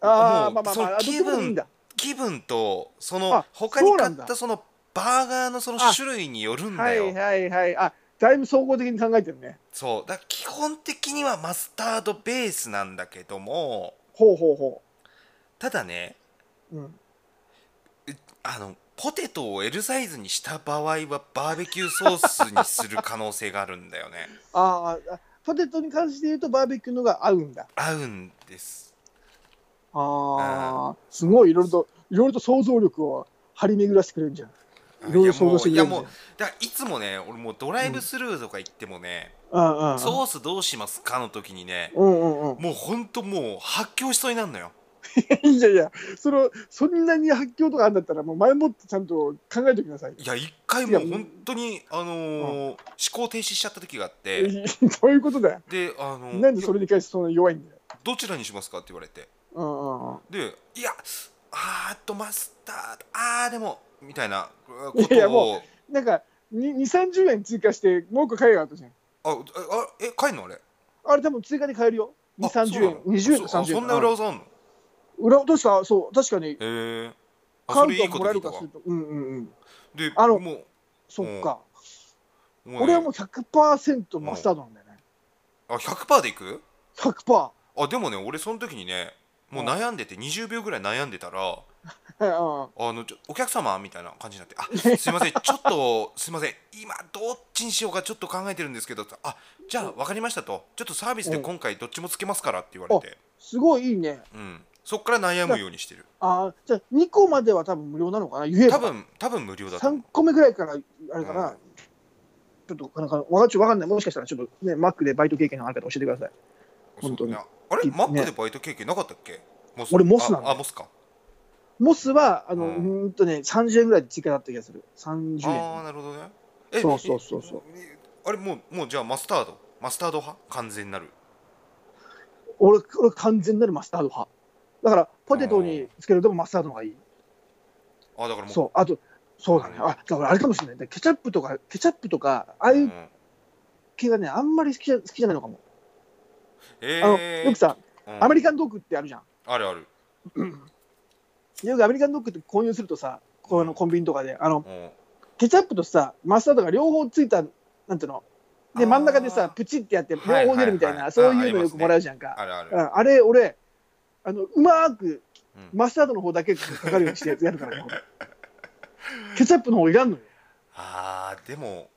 Speaker 2: ああ、
Speaker 1: も
Speaker 2: まあ
Speaker 1: う
Speaker 2: まあ
Speaker 1: その
Speaker 2: まあ、どっちもいいんだ。
Speaker 1: 気分とそ
Speaker 2: あ
Speaker 1: の他に
Speaker 2: そうな
Speaker 1: 買
Speaker 2: んだ
Speaker 1: ったそのバーガーのその
Speaker 2: あ
Speaker 1: 種類によるん
Speaker 2: は
Speaker 1: だ
Speaker 2: い
Speaker 1: よ
Speaker 2: はいはい。あ、だいぶ総合的に考えてるね。
Speaker 1: そうだから基本的にはマスタードベースなんだけども
Speaker 2: ほうほうほ
Speaker 1: ただね
Speaker 2: う。うん、
Speaker 1: あのポテトを L サイズにした場合はバーベキューソースにする可能性があるんだよね
Speaker 2: あーあ、ポテトに関して言うとバーベキューのが合うんだ。
Speaker 1: 合うんです
Speaker 2: ああ、すごいいろいろと、いろいろと想像力を張り巡らせてくれるんじゃん。いろいろ想像してく
Speaker 1: いや
Speaker 2: れるんじゃ
Speaker 1: もうい
Speaker 2: ん
Speaker 1: やもうだからいつもね俺もうドライブスルーとか行ってもね、
Speaker 2: うんうん。
Speaker 1: ソースどうしますかの時にね
Speaker 2: うんうんうん。
Speaker 1: もうほんともう発狂しそうになるのよ
Speaker 2: いやいや、その、そんなに発狂とかあるんだったら、もう前もってちゃんと考えておきなさい。
Speaker 1: いや一回もう本当にあのー思考停止しちゃった時があっ
Speaker 2: ど
Speaker 1: て
Speaker 2: ういうことだよ。
Speaker 1: であのー
Speaker 2: なんでそれに関してそんな弱いんだよ。
Speaker 1: どちらにしますかって言われて
Speaker 2: うんうんうん。
Speaker 1: でいやあーっとマスタードあーでもみたいなこ
Speaker 2: いや
Speaker 1: と
Speaker 2: も
Speaker 1: を
Speaker 2: なんか、に2、30円追加して、もう一個買えよあったじゃん。
Speaker 1: あああえ帰んのあれ
Speaker 2: あれ多分追加で買えるよ。2、
Speaker 1: あそう
Speaker 2: 30
Speaker 1: な
Speaker 2: 円
Speaker 1: の。
Speaker 2: 20円
Speaker 1: あ
Speaker 2: と
Speaker 1: そ
Speaker 2: 30
Speaker 1: あ
Speaker 2: 円。
Speaker 1: そんな裏技あんの
Speaker 2: うん裏確か、そう、確かに、
Speaker 1: へえあ
Speaker 2: 買
Speaker 1: それいうい
Speaker 2: か
Speaker 1: こ
Speaker 2: も
Speaker 1: と
Speaker 2: ら
Speaker 1: 聞
Speaker 2: える
Speaker 1: いた
Speaker 2: か
Speaker 1: わ
Speaker 2: すると。うんうんうん。
Speaker 1: で
Speaker 2: あの
Speaker 1: もう
Speaker 2: そっか。
Speaker 1: もうね
Speaker 2: 俺はもう100%マスタードなんだよね。
Speaker 1: あ100%でいく
Speaker 2: 100%。
Speaker 1: あでもね俺その時にねもう悩んでて20秒ぐらい悩んでたら
Speaker 2: うん
Speaker 1: あのちょお客様みたいな感じになって「あ すいませんちょっとすいません今どっちにしようかちょっと考えてるんですけど」あじゃあ分かりました」と「ちょっとサービスで今回どっちもつけますから」って言われて、
Speaker 2: すごいいいね。
Speaker 1: うん、そっから悩むようにしてる
Speaker 2: あーじゃあ2個までは多分無料なのかな言えば
Speaker 1: 多分多分無料だと思
Speaker 2: 3
Speaker 1: う
Speaker 2: 個目ぐらいからあれか
Speaker 1: う
Speaker 2: な、ちょっとなんかわかちょっとわかんないもしかしたらちょっとねマックでバイト経験のある方教えてください
Speaker 1: そう
Speaker 2: 本当に
Speaker 1: ねあれ
Speaker 2: ね
Speaker 1: マックでバイト経験なかったっけモ
Speaker 2: 俺モスなんだ
Speaker 1: ああモスか
Speaker 2: モスはあの、
Speaker 1: う
Speaker 2: うんーんとね30円ぐらいで追加だった気がする
Speaker 1: あ
Speaker 2: 30
Speaker 1: ー
Speaker 2: 円
Speaker 1: なるほどねえ
Speaker 2: そうそうそうそう
Speaker 1: えあれもうもうじゃあマスタードマスタード派完全なる
Speaker 2: 俺俺完全なるマスタード派だからポテト
Speaker 1: う
Speaker 2: に
Speaker 1: ん
Speaker 2: つけるでもマスタードの方がいい
Speaker 1: あだからもう
Speaker 2: そうあとそうだねあだからあれかもしれないだからケチャップとかケチャップとかああ
Speaker 1: う
Speaker 2: いうん系がねあんまり好きじゃ好きじゃないのかも、
Speaker 1: え
Speaker 2: あの
Speaker 1: ー
Speaker 2: よく
Speaker 1: う
Speaker 2: さ、
Speaker 1: ん
Speaker 2: アメリカンドッグってあるじゃん
Speaker 1: あるある
Speaker 2: よくアメリカンドッグって購入するとさこのコンビニとかであの
Speaker 1: うん
Speaker 2: ケチャップとさマスタードが両方ついたなんていうので真ん中で
Speaker 1: あー
Speaker 2: さプチってやって両
Speaker 1: はい
Speaker 2: 方出るみたいな、
Speaker 1: はいはい
Speaker 2: そう
Speaker 1: ああ
Speaker 2: い
Speaker 1: り
Speaker 2: うの
Speaker 1: ま
Speaker 2: よ
Speaker 1: す
Speaker 2: く
Speaker 1: ね
Speaker 2: もらうじゃんか
Speaker 1: あるある
Speaker 2: うんあれ俺あのうまーく
Speaker 1: うん
Speaker 2: マスタードの方だけかかるようにしてやるか らね俺ケチャップの方いらんのよ
Speaker 1: あーでも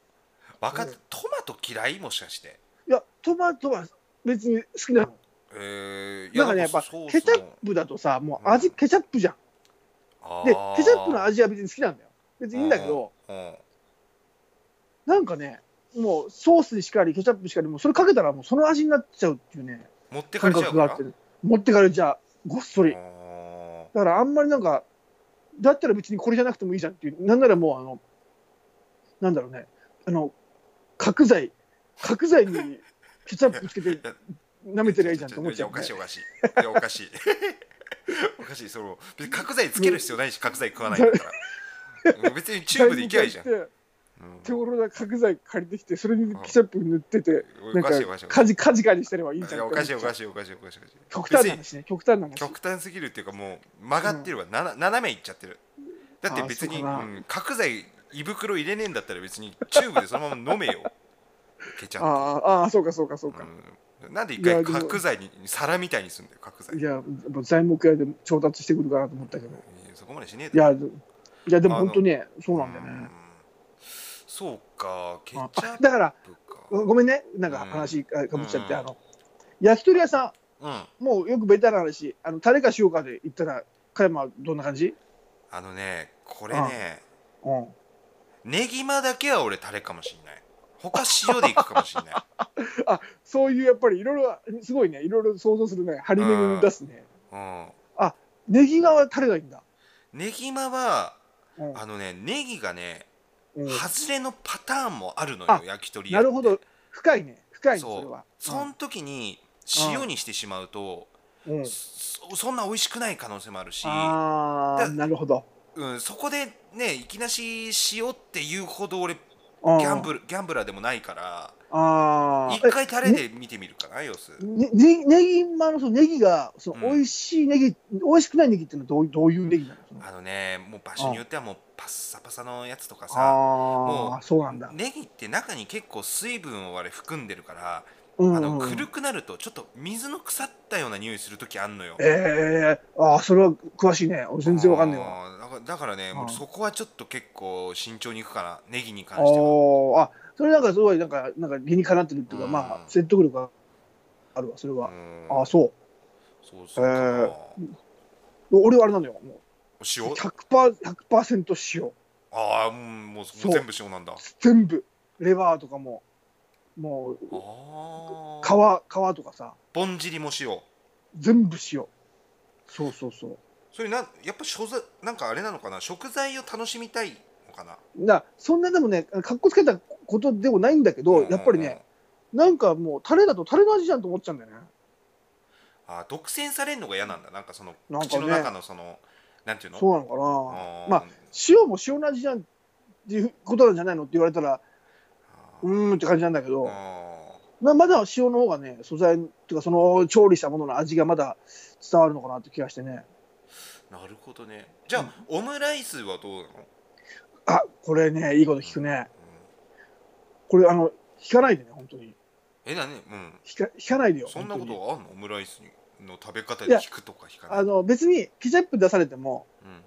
Speaker 1: わかっ
Speaker 2: うん
Speaker 1: トマト嫌いもしかして
Speaker 2: いやトマトは別に好きなの
Speaker 1: えー、い
Speaker 2: なんかねやっぱケチャップだとさもう味、
Speaker 1: うん
Speaker 2: ケチャップじゃん
Speaker 1: プ
Speaker 2: でケチャップの味は別に好きなんだよ別にいいんだけど、
Speaker 1: うんうん
Speaker 2: なんかねもうソースにしかりケチャップしかりもうそれかけたらもうその味になっちゃうっていうね
Speaker 1: 持ってか
Speaker 2: 感
Speaker 1: れちゃうか
Speaker 2: 覚があ
Speaker 1: ら
Speaker 2: って持ってかれちゃうごっそり
Speaker 1: あー
Speaker 2: だからあんまりなんかだったら別にこれじゃなくてもいいじゃんっていうなんならもうあのなんだろうねあの角材角材にケチャップつけて
Speaker 1: や
Speaker 2: 舐めてりゃいいじゃんって思っちゃう、
Speaker 1: いやお
Speaker 2: ね
Speaker 1: かしいおかしいいやおかしい おかしいその別に角材つける必要ないし角材食わないんだからうん別にチューブでいきゃいいじゃん、
Speaker 2: 買い物行って手頃な角材借りてきてそれにケチャップ塗ってて
Speaker 1: うん
Speaker 2: な
Speaker 1: お
Speaker 2: ん
Speaker 1: か
Speaker 2: か
Speaker 1: しいおかしいおか
Speaker 2: カジカジカジしてればいいじ
Speaker 1: しいい
Speaker 2: ゃ
Speaker 1: や
Speaker 2: ん
Speaker 1: おかしいおか
Speaker 2: い
Speaker 1: しいおかしいおかしいおかしい
Speaker 2: 極端な
Speaker 1: 別に
Speaker 2: 話ね極端な話
Speaker 1: 極端すぎるっていうかもう曲がってるわ、なな斜めいっちゃってるだって別に
Speaker 2: あーそうかな
Speaker 1: うん角材胃袋入れねえんだったら別にチューブでそのまま飲めよケチャップ
Speaker 2: ああああそうかそうかそうか、
Speaker 1: うん、なんで一
Speaker 2: い
Speaker 1: 回
Speaker 2: やでも
Speaker 1: 角材に皿みたいにすんだよ角材
Speaker 2: いやもう材木屋で調達してくるかなと思ったけど
Speaker 1: いやそこまでしねえ
Speaker 2: い
Speaker 1: だろ
Speaker 2: やでいやでも本当ねそうなんだよね、
Speaker 1: うんそうかケチャ
Speaker 2: あ
Speaker 1: ップ
Speaker 2: だから
Speaker 1: か
Speaker 2: ごごめんねなんか
Speaker 1: うん
Speaker 2: 話あかぶっちゃって、
Speaker 1: うん
Speaker 2: あの焼き鳥屋さ
Speaker 1: うん
Speaker 2: んもうよくベタな話あのタレか塩かで言ったら加山はどんな感じ
Speaker 1: あのねこれね
Speaker 2: うん
Speaker 1: ネギマだけは俺タレかもしんない他塩でいくかもしん ない
Speaker 2: そういうやっぱりいろいろすごいねいろいろ想像するね張り巡り出すね、
Speaker 1: うん
Speaker 2: ネギ側はタレがいいんだ、
Speaker 1: ネギマは
Speaker 2: うん
Speaker 1: あのねネギがね
Speaker 2: うん
Speaker 1: 外れのパターンもあるのよ
Speaker 2: あ
Speaker 1: 焼き鳥屋
Speaker 2: な
Speaker 1: って
Speaker 2: るほど深いね深いね
Speaker 1: そう
Speaker 2: それは
Speaker 1: その時に塩にしてしまうと、
Speaker 2: うんうん
Speaker 1: そそんな美味しくない可能性もあるし
Speaker 2: あ
Speaker 1: だ
Speaker 2: あなるほど
Speaker 1: うん、そこでねいきなし塩っていうほど俺ギ
Speaker 2: ギ
Speaker 1: ャン
Speaker 2: ル
Speaker 1: ブルギャンブラーでもないから
Speaker 2: あー
Speaker 1: 一回タレで見てみるかな様子
Speaker 2: ね、ねネギまあのそのネギがその
Speaker 1: うん
Speaker 2: 美味しいネギ、美味しくないネギっていうのはどうどういうネギなの？その
Speaker 1: あのねもう場所によってはもうパッサパサのやつとかさも
Speaker 2: ああそうなんだ。
Speaker 1: ネギって中に結構水分をあれ含んでるから
Speaker 2: うん
Speaker 1: あのくるくなるとちょっと水の腐ったような匂いする時あんのよ
Speaker 2: ええああそれは詳しいね。俺全然わかんないわ。
Speaker 1: あーだからだからねもう
Speaker 2: あー
Speaker 1: そこはちょっと結構慎重にいくかなネギに関
Speaker 2: ああ
Speaker 1: しては
Speaker 2: ーあそれなんかすごいなんかなんか理にかなってるっていうか、
Speaker 1: うん
Speaker 2: まあ説得力があるわそれは。
Speaker 1: うん
Speaker 2: ああそ
Speaker 1: そうそうかな
Speaker 2: えう。俺はあれなのよ。もう
Speaker 1: 塩
Speaker 2: 100パー100パーセント塩
Speaker 1: ああうんもう
Speaker 2: そう
Speaker 1: 全部塩なんだ
Speaker 2: 全部レバーとかももう
Speaker 1: あ
Speaker 2: 皮皮
Speaker 1: あ
Speaker 2: とかさ
Speaker 1: ぼんじりも塩
Speaker 2: 全部塩。そうそうそう。
Speaker 1: それなんやっぱ所在なんかあれなのかな食材を楽しみたいのかな
Speaker 2: なそんなでもね、かっこつけたことでもないんだけど、やっぱりね、なんかもう、タレだとタレの味じゃんと思っちゃうんだよね。
Speaker 1: うんあー独占されるのが嫌なんだなんかその
Speaker 2: なんかね
Speaker 1: 口の中のそのなんていうの
Speaker 2: そうなのか
Speaker 1: あ
Speaker 2: な
Speaker 1: ー。
Speaker 2: まあ、塩も塩の味じゃんっていうことなんじゃないのって言われたら、
Speaker 1: あー
Speaker 2: うーんって感じなんだけど、
Speaker 1: あ
Speaker 2: ままだ塩の方がね、素材っていうか、その調理したものの味がまだ伝わるのかなって気がしてね。
Speaker 1: ーなるほどねじゃあ、オムライスはどうなの、
Speaker 2: あこれね、いいこと聞くね
Speaker 1: うん。
Speaker 2: これ、あの、引かないでね、本当に。
Speaker 1: えなねうん
Speaker 2: 引か引かないでよ。
Speaker 1: そんなこ
Speaker 2: 本当に
Speaker 1: とあんのオムライスの食べ方
Speaker 2: い
Speaker 1: で
Speaker 2: や
Speaker 1: 引くとか引かない
Speaker 2: あの別にケチャップ出されても、
Speaker 1: うん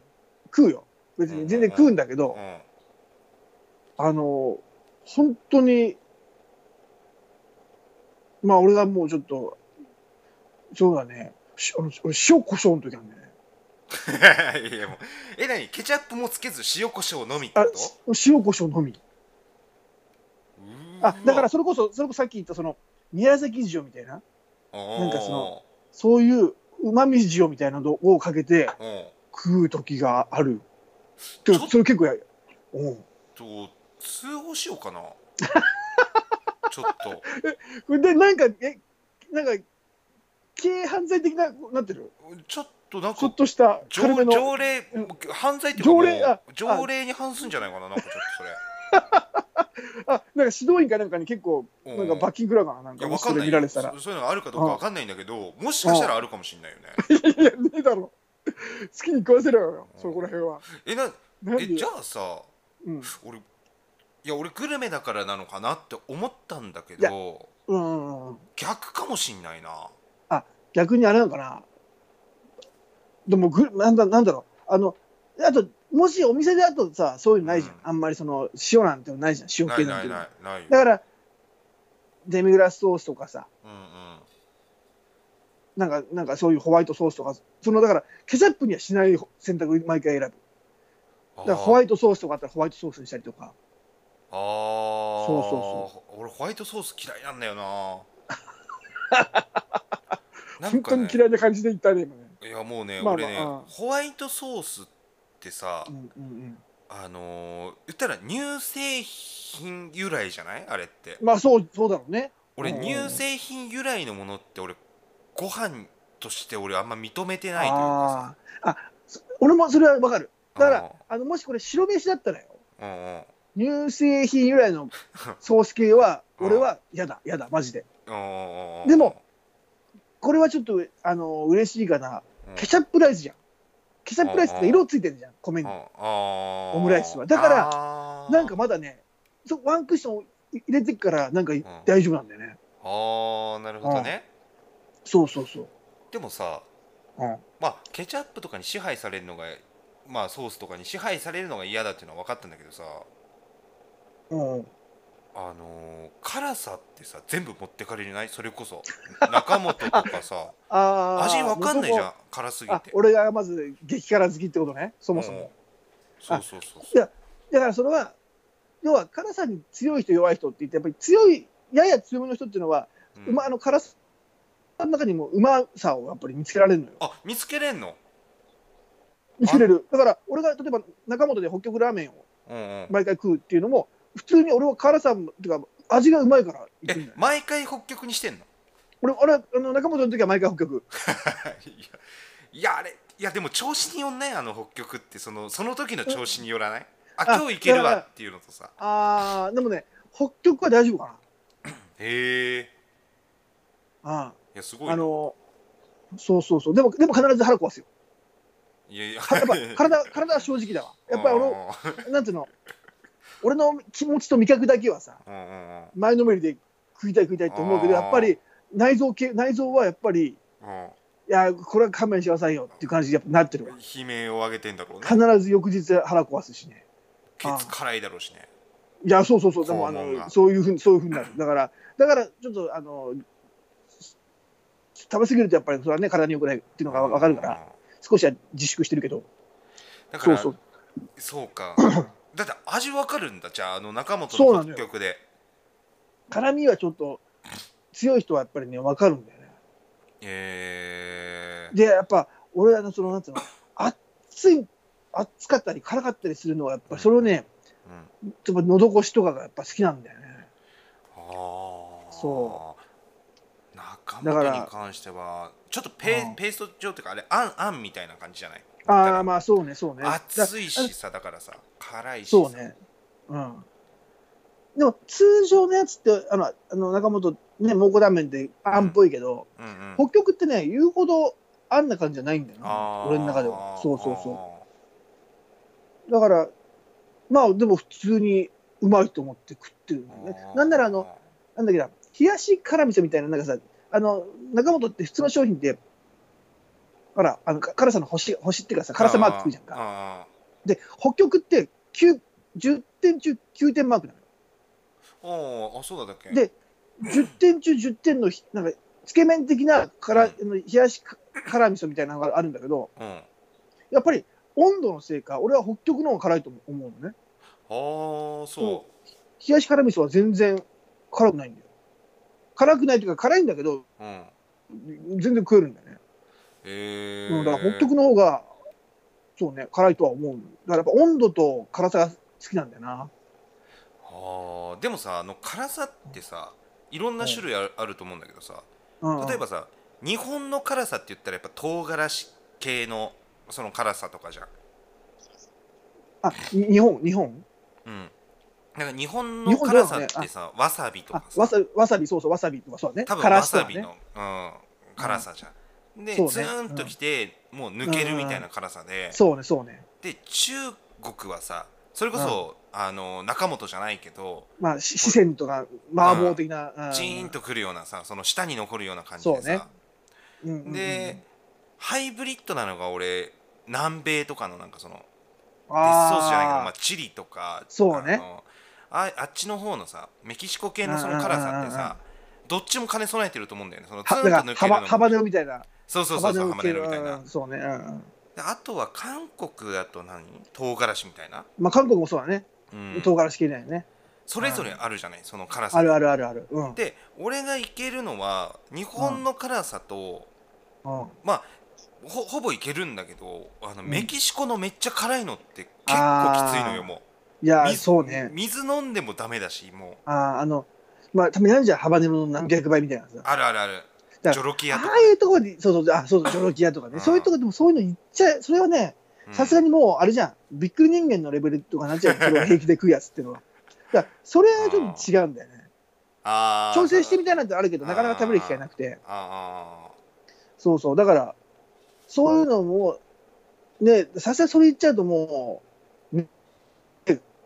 Speaker 2: 食うよ。別に全然食うんだけ
Speaker 1: う
Speaker 2: ど、
Speaker 1: ん
Speaker 2: あの、本当に、まあ俺がもうちょっと、そうだね、しあの俺塩コショウの時なんだよね。
Speaker 1: いやいやもうえ何ケチャップもつけず塩コショウのみって
Speaker 2: あ
Speaker 1: こと
Speaker 2: 塩コショウのみ。
Speaker 1: うーわ
Speaker 2: あ、だからそれこそ、それこそさっき言ったその、宮崎塩みたいな、
Speaker 1: なん
Speaker 2: かそのそういう旨味塩みたいなのをかけて
Speaker 1: うん
Speaker 2: 食う時がある。て
Speaker 1: ちょ
Speaker 2: かそれ結構やる。うん。
Speaker 1: と通報しよう かなちょっと
Speaker 2: で、なんか、え、なんか、軽犯罪的な、なってる
Speaker 1: ちょっとなん
Speaker 2: ちょっ
Speaker 1: か
Speaker 2: とした、軽め
Speaker 1: 条
Speaker 2: の。
Speaker 1: 条例
Speaker 2: うん
Speaker 1: 犯罪っていうかもう
Speaker 2: 条例あ
Speaker 1: 条例に反すんじゃないかななんかちょっとそれ
Speaker 2: あ、なんか指導員かなんかに結構、
Speaker 1: うん
Speaker 2: なんか罰金食らうかな、なん
Speaker 1: い
Speaker 2: か、
Speaker 1: や
Speaker 2: も
Speaker 1: わ
Speaker 2: し
Speaker 1: か
Speaker 2: そ
Speaker 1: ん
Speaker 2: れ
Speaker 1: ない
Speaker 2: 見られてたら。
Speaker 1: そそういうのがあるかどうかわかんないんだけどもしかしたらあるかもしれないよね
Speaker 2: いや、ねえだろ。 好きに食わせろよ、そこら辺は。
Speaker 1: えな
Speaker 2: なんで
Speaker 1: えじゃあさ
Speaker 2: うん。
Speaker 1: 俺いや俺グルメだからなのかなって思ったんだけど
Speaker 2: うんうん。
Speaker 1: 逆かもしんないな
Speaker 2: 逆にあれなのかな。でもぐ、なんだ、なんだろう。あの、あと、もしお店であとさ、そういうのないじゃん。
Speaker 1: うん
Speaker 2: あんまりその、塩なんてのないじゃん。塩
Speaker 1: な
Speaker 2: 系
Speaker 1: い
Speaker 2: なん
Speaker 1: な
Speaker 2: て
Speaker 1: い
Speaker 2: のは
Speaker 1: ないないよ
Speaker 2: だから、デミグラスソースとかさ、
Speaker 1: うんうん
Speaker 2: なんか、なんかそういうホワイトソースとか、その、だから、ケチャップにはしない選択、毎回選ぶ。
Speaker 1: あ
Speaker 2: だ
Speaker 1: ー
Speaker 2: から、ホワイトソースとかあったらホワイトソースにしたりとか。
Speaker 1: ああ
Speaker 2: そうそ
Speaker 1: そ
Speaker 2: う
Speaker 1: う俺ホワイトソース嫌いなんだよ ななん
Speaker 2: 本
Speaker 1: か、
Speaker 2: 当
Speaker 1: ね
Speaker 2: に、嫌いな感じで言ったね、今ね。
Speaker 1: いやもうね、
Speaker 2: まあま
Speaker 1: 俺
Speaker 2: あ
Speaker 1: ね
Speaker 2: うん
Speaker 1: ホワイトソースってさ、
Speaker 2: うんうん
Speaker 1: あのー言ったら乳製品由来じゃないあれって
Speaker 2: うん。まあ、そう、そうだろうね。
Speaker 1: 俺
Speaker 2: うん
Speaker 1: 乳製品由来のものって俺ご飯として俺あんま認めてないというか
Speaker 2: ああー。あ、そ俺もそれはわかる。
Speaker 1: さ
Speaker 2: だから、あの、もしこれ白飯だったらよ。
Speaker 1: うんうんうん
Speaker 2: 乳製品由来 のソース系は、
Speaker 1: うん
Speaker 2: 俺は嫌だ、嫌だ、マジで。
Speaker 1: うんうん
Speaker 2: でも、これはちょっと、あの、嬉しいかな。ケチャップライスじゃん。ケチャップライスって色ついてるじゃん、米に。
Speaker 1: オ
Speaker 2: オムライスはだからなんか
Speaker 1: あ
Speaker 2: まだね、そワンクッション入れてっから、なんか
Speaker 1: ん
Speaker 2: 大丈夫なんだよね。
Speaker 1: あーなるほどね、
Speaker 2: そうそうそう。
Speaker 1: でもさ
Speaker 2: うん、
Speaker 1: まあケチャップとかに支配されるのがまあソースとかに支配されるのが嫌だっていうのは分かったんだけどさ
Speaker 2: うん、
Speaker 1: あのー辛さってさ全部持ってかれないそれこそ中本とかさ
Speaker 2: あー
Speaker 1: 味わかんないじゃ
Speaker 2: 元
Speaker 1: ん辛すぎ
Speaker 2: 々あ
Speaker 1: て
Speaker 2: 俺がまず激辛好きってことね、そもそも。
Speaker 1: うんそうそうそう
Speaker 2: いやだからそれは、要は辛さに強い人、弱い人って言って、やっぱり強い、やや強めの人っていうのは、
Speaker 1: そううん
Speaker 2: まあの辛さの中にもうまさをやっぱり見つけられるのよ。
Speaker 1: あ見つけれんの
Speaker 2: 見つけれる。だから、俺が例えば中本で北極ラーメンを
Speaker 1: うんうん
Speaker 2: 毎回食うっていうのも、普通に俺は辛さも、てか味がうまいから行くんだ
Speaker 1: え
Speaker 2: よ。
Speaker 1: 毎回北極にしてんの
Speaker 2: 俺、俺はあの中本の時は毎回北極。
Speaker 1: いやいやあれいやでも調子によんないあの北極ってそのその時の調子によらないあ
Speaker 2: あ
Speaker 1: 今日いける
Speaker 2: だか
Speaker 1: わ
Speaker 2: ら
Speaker 1: っていうのとさ
Speaker 2: あー、でもね、北極は大丈夫か
Speaker 1: へえ
Speaker 2: な。
Speaker 1: いやす
Speaker 2: う
Speaker 1: ご
Speaker 2: ん。
Speaker 1: い
Speaker 2: あ
Speaker 1: な
Speaker 2: の、そうそうそう。でも、でも必ず腹壊 すよ。
Speaker 1: いやいや
Speaker 2: や っぱ体、体は正直だわ。やっぱり俺、なんていうの、俺の気持ちと味覚だけはさ、
Speaker 1: うんうんうん
Speaker 2: 前のめりで食いたい食いたいって思うけど、
Speaker 1: あー
Speaker 2: やっぱり内臓系、内臓はやっぱり、
Speaker 1: うん
Speaker 2: いや、これは勘弁してくださいよっていう感じにやっぱなってるわ。
Speaker 1: 悲鳴を上げてんだろう
Speaker 2: 必
Speaker 1: ね
Speaker 2: ず翌日腹壊すしね。
Speaker 1: ケツ辛いだろうしね
Speaker 2: いや、そうそうそう、でもあ
Speaker 1: 肛門が
Speaker 2: の、そういうふうに、そういうふうになる。だから、だから、ちょっと、あの、食べ過ぎるとやっぱりそれはね、体に良くないっていうのがわかるから、少しは自粛してるけど、
Speaker 1: うんだか
Speaker 2: そう
Speaker 1: ら
Speaker 2: そう。
Speaker 1: そう かだって味わかるんだじゃああの中本
Speaker 2: そうな
Speaker 1: の
Speaker 2: のよ
Speaker 1: 北極で
Speaker 2: 辛みはちょっと、強い人はやっぱりね、わかるんだよね。
Speaker 1: えー、
Speaker 2: で、やっぱ、俺らのその、なんていうの、熱い、熱かったり辛かったりするのは、やっぱりそれをね、
Speaker 1: うん
Speaker 2: やっぱ喉越しとかがやっぱ好きなんだよね。
Speaker 1: ああ
Speaker 2: そう
Speaker 1: 中
Speaker 2: だか
Speaker 1: 本
Speaker 2: ら
Speaker 1: に関してはちょっとペ,、
Speaker 2: うん
Speaker 1: ペースト状っていうかあれあんあんみたいな感じじゃない
Speaker 2: ああ、まあそうね、そうね。
Speaker 1: あ
Speaker 2: だ
Speaker 1: 熱いしさだからさ辛いしさ
Speaker 2: そうね。うん。でも通常のやつって、あの、あの中本、ね、蒙古ラーメンってあんっぽいけど、
Speaker 1: うんうん
Speaker 2: 北極ってね、言うほどあんな感じじゃないんだよな、
Speaker 1: あー
Speaker 2: 俺の中では。そうそうそ
Speaker 1: あ
Speaker 2: う。だから、まあでも普通にうまいと思って食ってるんだよ
Speaker 1: ー
Speaker 2: ね。なんならあの、なんだっけな、冷やし辛味噌みたいな、なんかさ、あの、中本って普通の商品って、ほら、あの、か辛さの星、星っていうかさ、辛さマークつくじゃんか。
Speaker 1: あ
Speaker 3: で、北極って9 10点中9点マークなの。
Speaker 1: おーあそうだったっけ
Speaker 3: で10点中10点のひなんかつけ麺的なから、あの冷やしか辛味噌みたいなのがあるんだけど
Speaker 1: うんあ
Speaker 3: やっぱり温度のせいか俺は北極の方が辛いと思うのね
Speaker 1: ーそ
Speaker 3: 冷やし辛味噌は全然辛くないんだよ辛くないというか辛いんだけど
Speaker 1: ううん
Speaker 3: 全然食えるんだよね、
Speaker 1: え
Speaker 3: う
Speaker 1: ー、
Speaker 3: ん、だから北極の方がそうね辛いとは思うだからやっぱ温度と辛さが好きなんだよな
Speaker 1: あーでもさあの辛さってさいろんな種類ある,、あると思うんだけどさ
Speaker 3: うん
Speaker 1: 例えばさ日本の辛さって言ったらやっぱ唐辛子系のその辛さとかじゃん、
Speaker 3: あに日本日本
Speaker 1: うん、なんか日本
Speaker 3: 日
Speaker 1: の
Speaker 3: 本だよ
Speaker 1: 辛
Speaker 3: ね
Speaker 1: さってさ、わさびと
Speaker 3: あ
Speaker 1: かさ
Speaker 3: わさわさびそうそうわさびとかそうだね
Speaker 1: 多分
Speaker 3: 辛
Speaker 1: わ
Speaker 3: 子と
Speaker 1: さ
Speaker 3: か
Speaker 1: びの、
Speaker 3: ね
Speaker 1: うん、辛さじゃん、で、
Speaker 3: そうね
Speaker 1: ズーンときて、もう抜けるみたいな辛さで、
Speaker 3: そうねそうね
Speaker 1: で中国はさそれこそ、あの中本じゃないけど、
Speaker 3: まあ、し四川とか麻婆的な、うん
Speaker 1: ジーンとくるようなさその舌に残るような感じ
Speaker 3: そう
Speaker 1: で
Speaker 3: ね
Speaker 1: さ、
Speaker 3: うんうんうん
Speaker 1: でハイブリッドなのが俺南米とかのなんかそのデ
Speaker 3: あ
Speaker 1: スソースじゃないけど
Speaker 3: ー
Speaker 1: まあ、チリとか
Speaker 3: そうね
Speaker 1: あのああっちの方のさメキシコ系のその辛さって
Speaker 3: うんうんうんうん
Speaker 1: さどっちも兼ね備えてると思うんだよねそのツン
Speaker 3: は
Speaker 1: と
Speaker 3: だから
Speaker 1: 抜け
Speaker 3: ハ
Speaker 1: るの
Speaker 3: バ
Speaker 1: も
Speaker 3: ハバネロみたいな
Speaker 1: そうそうそうそうハバネロみたい
Speaker 3: 系
Speaker 1: な
Speaker 3: うんそうね、うんうん
Speaker 1: であとは韓国だと何唐辛子みたいな、
Speaker 3: まあ韓国もそうだね、
Speaker 1: うん、
Speaker 3: 唐辛子系だよね
Speaker 1: それぞれあるじゃないその辛さ
Speaker 3: あるあるあるあるうん、うん、
Speaker 1: で俺がいけるのは日本の辛さと、ほほぼいけるんだけどあの
Speaker 3: うん
Speaker 1: メキシコのめっちゃ辛いのって結構きついの
Speaker 3: あ
Speaker 1: よ
Speaker 3: ー
Speaker 1: もう。
Speaker 3: いや
Speaker 1: 水
Speaker 3: そうね
Speaker 1: 水飲んでもダメだしもう
Speaker 3: あーあのまあたまにあるじゃんハバネロの何百倍みたいなさ
Speaker 1: あるあるある
Speaker 3: だ
Speaker 1: ジョロキアと
Speaker 3: あ
Speaker 1: か
Speaker 3: あいうところにそうそうあ そうそうジョロキアとか
Speaker 1: うん
Speaker 3: ねそういうところでもそういうの言っちゃそれはね
Speaker 1: うん
Speaker 3: さすがにもうあれじゃんびっくり人間のレベルとかなっちゃうけど平気で食うやつっていうのはだからそれはちょっと違うんだよね
Speaker 1: あー
Speaker 3: 調整してみたいなんてあるけどなかなか食べる機会なくて
Speaker 1: あ
Speaker 3: そうそうだからそういうのもねさすがにそれ言っちゃうともう、ね、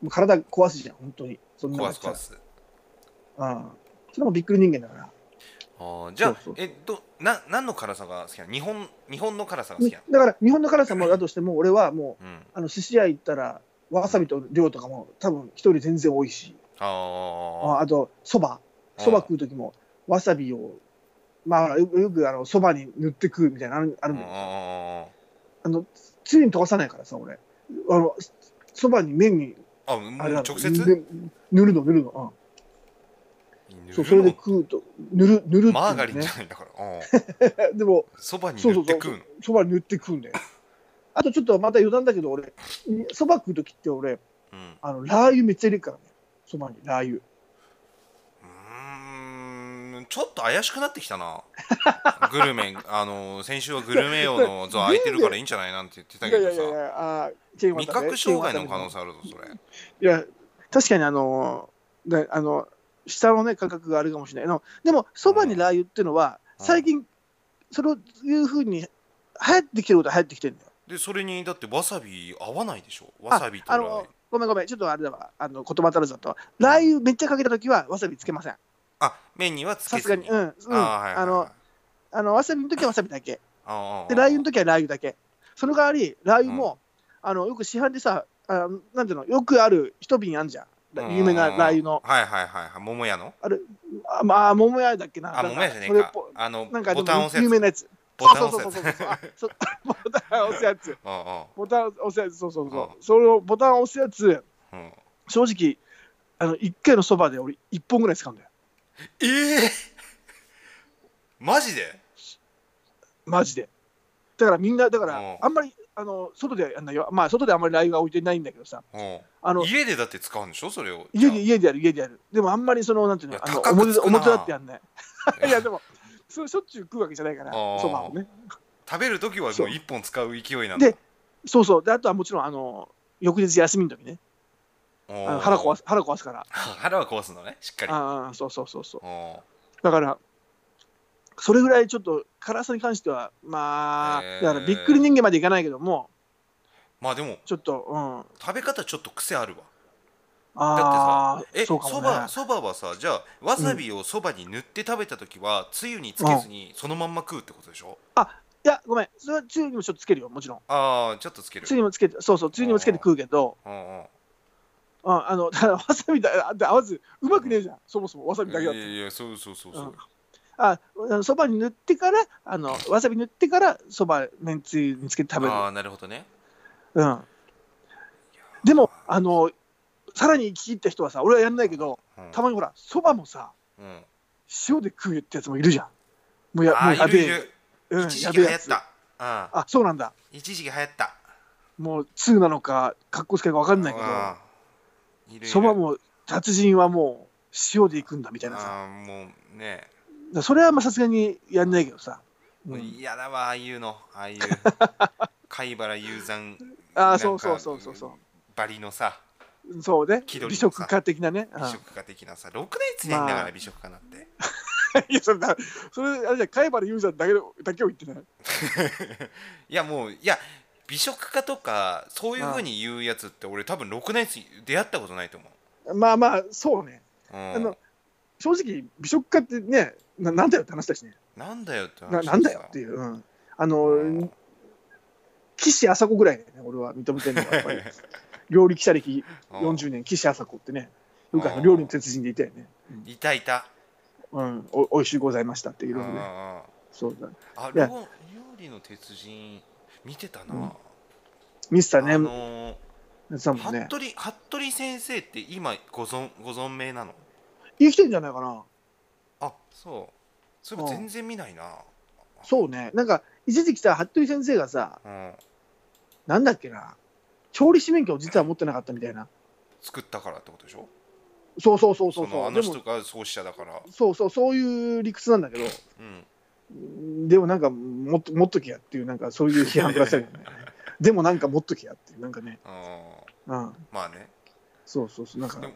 Speaker 3: もう体壊すじゃん本当にそん
Speaker 1: ー
Speaker 3: なの
Speaker 1: 壊
Speaker 3: やっ
Speaker 1: す
Speaker 3: ちゃ
Speaker 1: 壊
Speaker 3: う
Speaker 1: す
Speaker 3: うんそれもびっくり人間だから
Speaker 1: あーじゃあ
Speaker 3: そうそう
Speaker 1: えどな何の辛さが好きなの日本日本の辛さが好
Speaker 3: に
Speaker 1: きなの
Speaker 3: だから日本の辛さもだとしても俺はもう
Speaker 1: うん
Speaker 3: あの寿司屋行ったらわさびと量とかも多分一人全然多いし
Speaker 1: あ
Speaker 3: あ
Speaker 1: ー
Speaker 3: あとそば
Speaker 1: あー
Speaker 3: そば食う時もわさびをまあよよくあのそばに塗って食うみたいなのあるあ
Speaker 1: う
Speaker 3: る
Speaker 1: ん
Speaker 3: ん
Speaker 1: う
Speaker 3: だよ
Speaker 1: んうんうん
Speaker 3: あのついに溶かさないからさ俺あのそばに麺に
Speaker 1: あも
Speaker 3: あ
Speaker 1: う
Speaker 3: れなの
Speaker 1: 直接
Speaker 3: で塗るの塗るの、うんそうそれで食うと塗る塗るっていうのね
Speaker 1: マーガリンじゃないんだから うん
Speaker 3: でも
Speaker 1: そばに
Speaker 3: そう
Speaker 1: 塗
Speaker 3: そ
Speaker 1: っ
Speaker 3: う
Speaker 1: て
Speaker 3: そう
Speaker 1: 食うの
Speaker 3: そばに塗って食うんだよ あとちょっとまた余談だけど俺そば食う時って俺
Speaker 1: うん
Speaker 3: あのラー油めっちゃ入れるからねそばにラー油
Speaker 1: うーんちょっと怪しくなってきたな グルメあの先週はグルメ用の像空いてるからいいんじゃないなんて言ってた
Speaker 3: い
Speaker 1: け
Speaker 3: やいや
Speaker 1: ど
Speaker 3: いやい
Speaker 1: さ
Speaker 3: やあーチェーン
Speaker 1: 味
Speaker 3: 渡辺
Speaker 1: 覚障害の可能
Speaker 3: チ
Speaker 1: 性あるぞそれ
Speaker 3: ェーン渡辺いや
Speaker 2: 確かにあのだあの下のね価格があるかもしれないのでもそばにラー油っていうのは
Speaker 1: うん
Speaker 2: 最近それをいうふうに流行ってきてることは流行ってきてるんだよ
Speaker 1: でそれにだってわさび合わないでしょわさびと
Speaker 2: あ
Speaker 1: ラーメ
Speaker 2: の
Speaker 1: ン
Speaker 2: ごめんごめんちょっとあれだわあの言葉足らずだとラー油めっちゃかけた時はわさびつけません
Speaker 1: あ麺にはつ
Speaker 2: さ
Speaker 1: けず
Speaker 2: すが
Speaker 1: に
Speaker 2: にうんうん
Speaker 1: あーはいはいはい
Speaker 2: あのあのわさびの時はわさびだけ
Speaker 1: あー
Speaker 2: でラー油の時はラー油だけその代わりラー油も、あのよく市販でさあのなんていうのよくある一瓶あんじゃん
Speaker 1: うん
Speaker 2: 有名なラー油の
Speaker 1: はいはいはいはい桃屋の
Speaker 2: あまあ桃屋だっけな
Speaker 1: あ
Speaker 2: なん
Speaker 1: 桃屋じゃねえ
Speaker 2: それっ
Speaker 1: か
Speaker 2: ぽ
Speaker 1: あの
Speaker 2: なんかで
Speaker 1: ボ
Speaker 2: も
Speaker 1: タン押せ
Speaker 2: 有
Speaker 1: やつ
Speaker 2: 名なやつ
Speaker 1: ボタン押せ
Speaker 2: そう
Speaker 1: や
Speaker 2: そう
Speaker 1: つ
Speaker 2: そうそうそうあそう ボタン押すやつ
Speaker 1: うんうん
Speaker 2: ボタン押すやつそうそうそう、
Speaker 1: う
Speaker 2: それをボタン押すやつ
Speaker 1: うん
Speaker 2: 正直あの1回のそばで俺1本ぐらい使うんだよ
Speaker 1: ええ マジで
Speaker 2: マジでだからみんなだか
Speaker 1: うん
Speaker 2: らあんまりあの外ではやんないよまあ外ではあんまりライブは置いてないんだけどさ
Speaker 1: うん
Speaker 2: あの
Speaker 1: 家でだって使うんでしょそれを
Speaker 2: 家で家でやる家でやるでもあんまりそのなんていうの
Speaker 1: いや
Speaker 2: あの
Speaker 1: 高く
Speaker 2: 表
Speaker 1: つ
Speaker 2: だ
Speaker 1: くな
Speaker 2: 表だってやんない
Speaker 1: じゃあ
Speaker 2: いやでもそれしょっちゅう食うわけじゃないから
Speaker 1: あー
Speaker 2: そばをね
Speaker 1: 食べる時はも
Speaker 2: そうう
Speaker 1: 一本使う勢いなんだ
Speaker 2: でそうそうであとはもちろんあの翌日休みの時ね
Speaker 1: おー
Speaker 2: あの腹壊す腹壊すから
Speaker 1: 腹は壊すのねしっかり
Speaker 2: ああそうそうそうそう
Speaker 1: おー
Speaker 2: だから、それぐらいちょっと辛さに関しては、まあ、
Speaker 1: へー
Speaker 2: だからびっくり人間までいかないけども、
Speaker 1: まあでも
Speaker 2: ちょっと、うん。
Speaker 1: 食べ方ちょっと癖あるわ
Speaker 2: ああ、
Speaker 1: え
Speaker 2: そ
Speaker 1: そう
Speaker 2: かも
Speaker 1: ば、
Speaker 2: ね。
Speaker 1: そばはさじゃあわさびをそばに塗って食べた時は、つゆにつけずにそのまんま食うってことでしょ、
Speaker 2: いや、ごめん、それはつゆにもちょっとつけるよ、もちろん。
Speaker 1: ああちょっとつける
Speaker 2: つゆにもつけて、そうそう、つゆにもつけて食うけど、
Speaker 1: うんうん
Speaker 2: ああの、 ただわさびだあで合わず、うまくねえじゃん、そもそもわさびだけだっ
Speaker 1: い
Speaker 2: た
Speaker 1: やいやそうそうそうそう、
Speaker 2: ああのそばに塗ってからあの、わさび塗ってから、そば、めんつゆにつけて食べる。
Speaker 1: ああなるほどね
Speaker 2: うん、でも、あの、さらに生き切った人はさ、俺はやんないけど、
Speaker 1: うん
Speaker 2: たまにほら、そばもさ、
Speaker 1: うん
Speaker 2: 塩で食うってやつもいるじゃん。もうや
Speaker 1: あ
Speaker 2: もう
Speaker 1: あ
Speaker 2: や
Speaker 1: いるい
Speaker 2: べえ。
Speaker 1: る
Speaker 2: うん、
Speaker 1: 一
Speaker 2: や
Speaker 1: 時期流
Speaker 2: べえ
Speaker 1: 行
Speaker 2: や
Speaker 1: っ
Speaker 2: つ。
Speaker 1: たうん
Speaker 2: あ、そうなんだ。
Speaker 1: 一時期流行った
Speaker 2: もう、つゆなのか、格好つけか分かんないけど、
Speaker 1: うんいるいる
Speaker 2: そばも、達人はもう、塩で行くんだみたいなさ。
Speaker 1: ああもうね
Speaker 2: だからそれはまあさすがにやんないけどさ。う、
Speaker 1: もうん嫌だわああいうのあ あいう貝原雄山
Speaker 2: あ
Speaker 1: な
Speaker 2: あ、
Speaker 1: んか
Speaker 2: そうそうそうそうそう。
Speaker 1: バリのさ
Speaker 2: そうね。
Speaker 1: 気取りの
Speaker 2: 美食家的なね。うん
Speaker 1: 美食家的なさろくない常になが
Speaker 2: ま
Speaker 1: ら
Speaker 2: あ
Speaker 1: 美食家なんて
Speaker 2: いや、それだ、それ、あれじゃ、貝原雄山だけど、だけを言ってない。
Speaker 1: いやもういや美食家とかそういうふうに言うやつって俺多分ろくないやつに出会ったことないと思う
Speaker 2: まあまあ、そうね。
Speaker 1: うん
Speaker 2: あの正直、美食家ってね、ななんだよって話だしね。
Speaker 1: なんだよって話
Speaker 2: ななんだよっていう。うん、あの、岸朝子ぐらいだよね、俺は認めてるのは、やっぱ り。料理記者歴40年、岸朝子ってね、よくあ
Speaker 1: う
Speaker 2: の
Speaker 1: ん
Speaker 2: 料理の鉄人でいたよね。
Speaker 1: いたいた
Speaker 2: うん、おおいしゅうございましたっていう
Speaker 1: うんうんう
Speaker 2: の
Speaker 1: ん
Speaker 2: ね。
Speaker 1: あ
Speaker 2: そうだ。い
Speaker 1: 料
Speaker 2: や
Speaker 1: 料理の鉄人見てたな、
Speaker 2: うんミスタ
Speaker 1: あ
Speaker 2: ーね、
Speaker 1: の
Speaker 2: 夏さんも
Speaker 1: ー、
Speaker 2: ね。
Speaker 1: 服部服部先生って今ご存ご存命なの
Speaker 2: 生きてるんじゃないかな。
Speaker 1: あそうそれ
Speaker 2: うん
Speaker 1: 全然見ないな
Speaker 2: そうね。なんか、一時期さ、服部先生がさ、
Speaker 1: うん
Speaker 2: なんだっけな、調理師免許を実は持ってなかったみたいな。
Speaker 1: 作ったからってことでしょ
Speaker 2: そうそうそうそう
Speaker 1: の
Speaker 2: そ
Speaker 1: あ
Speaker 2: う。
Speaker 1: の
Speaker 2: で
Speaker 1: 人
Speaker 2: も、
Speaker 1: が創始者だから
Speaker 2: そうそう、そういう理屈なんだけど、
Speaker 1: うん
Speaker 2: でもなんか、もっと、もっときやっていう、なんかそういう批判くらされるよね。 でもなんか、もっときやっていう、なんかね、
Speaker 1: あ
Speaker 2: うん、
Speaker 1: ーまあね
Speaker 2: そうそうそう、なんか
Speaker 1: で、も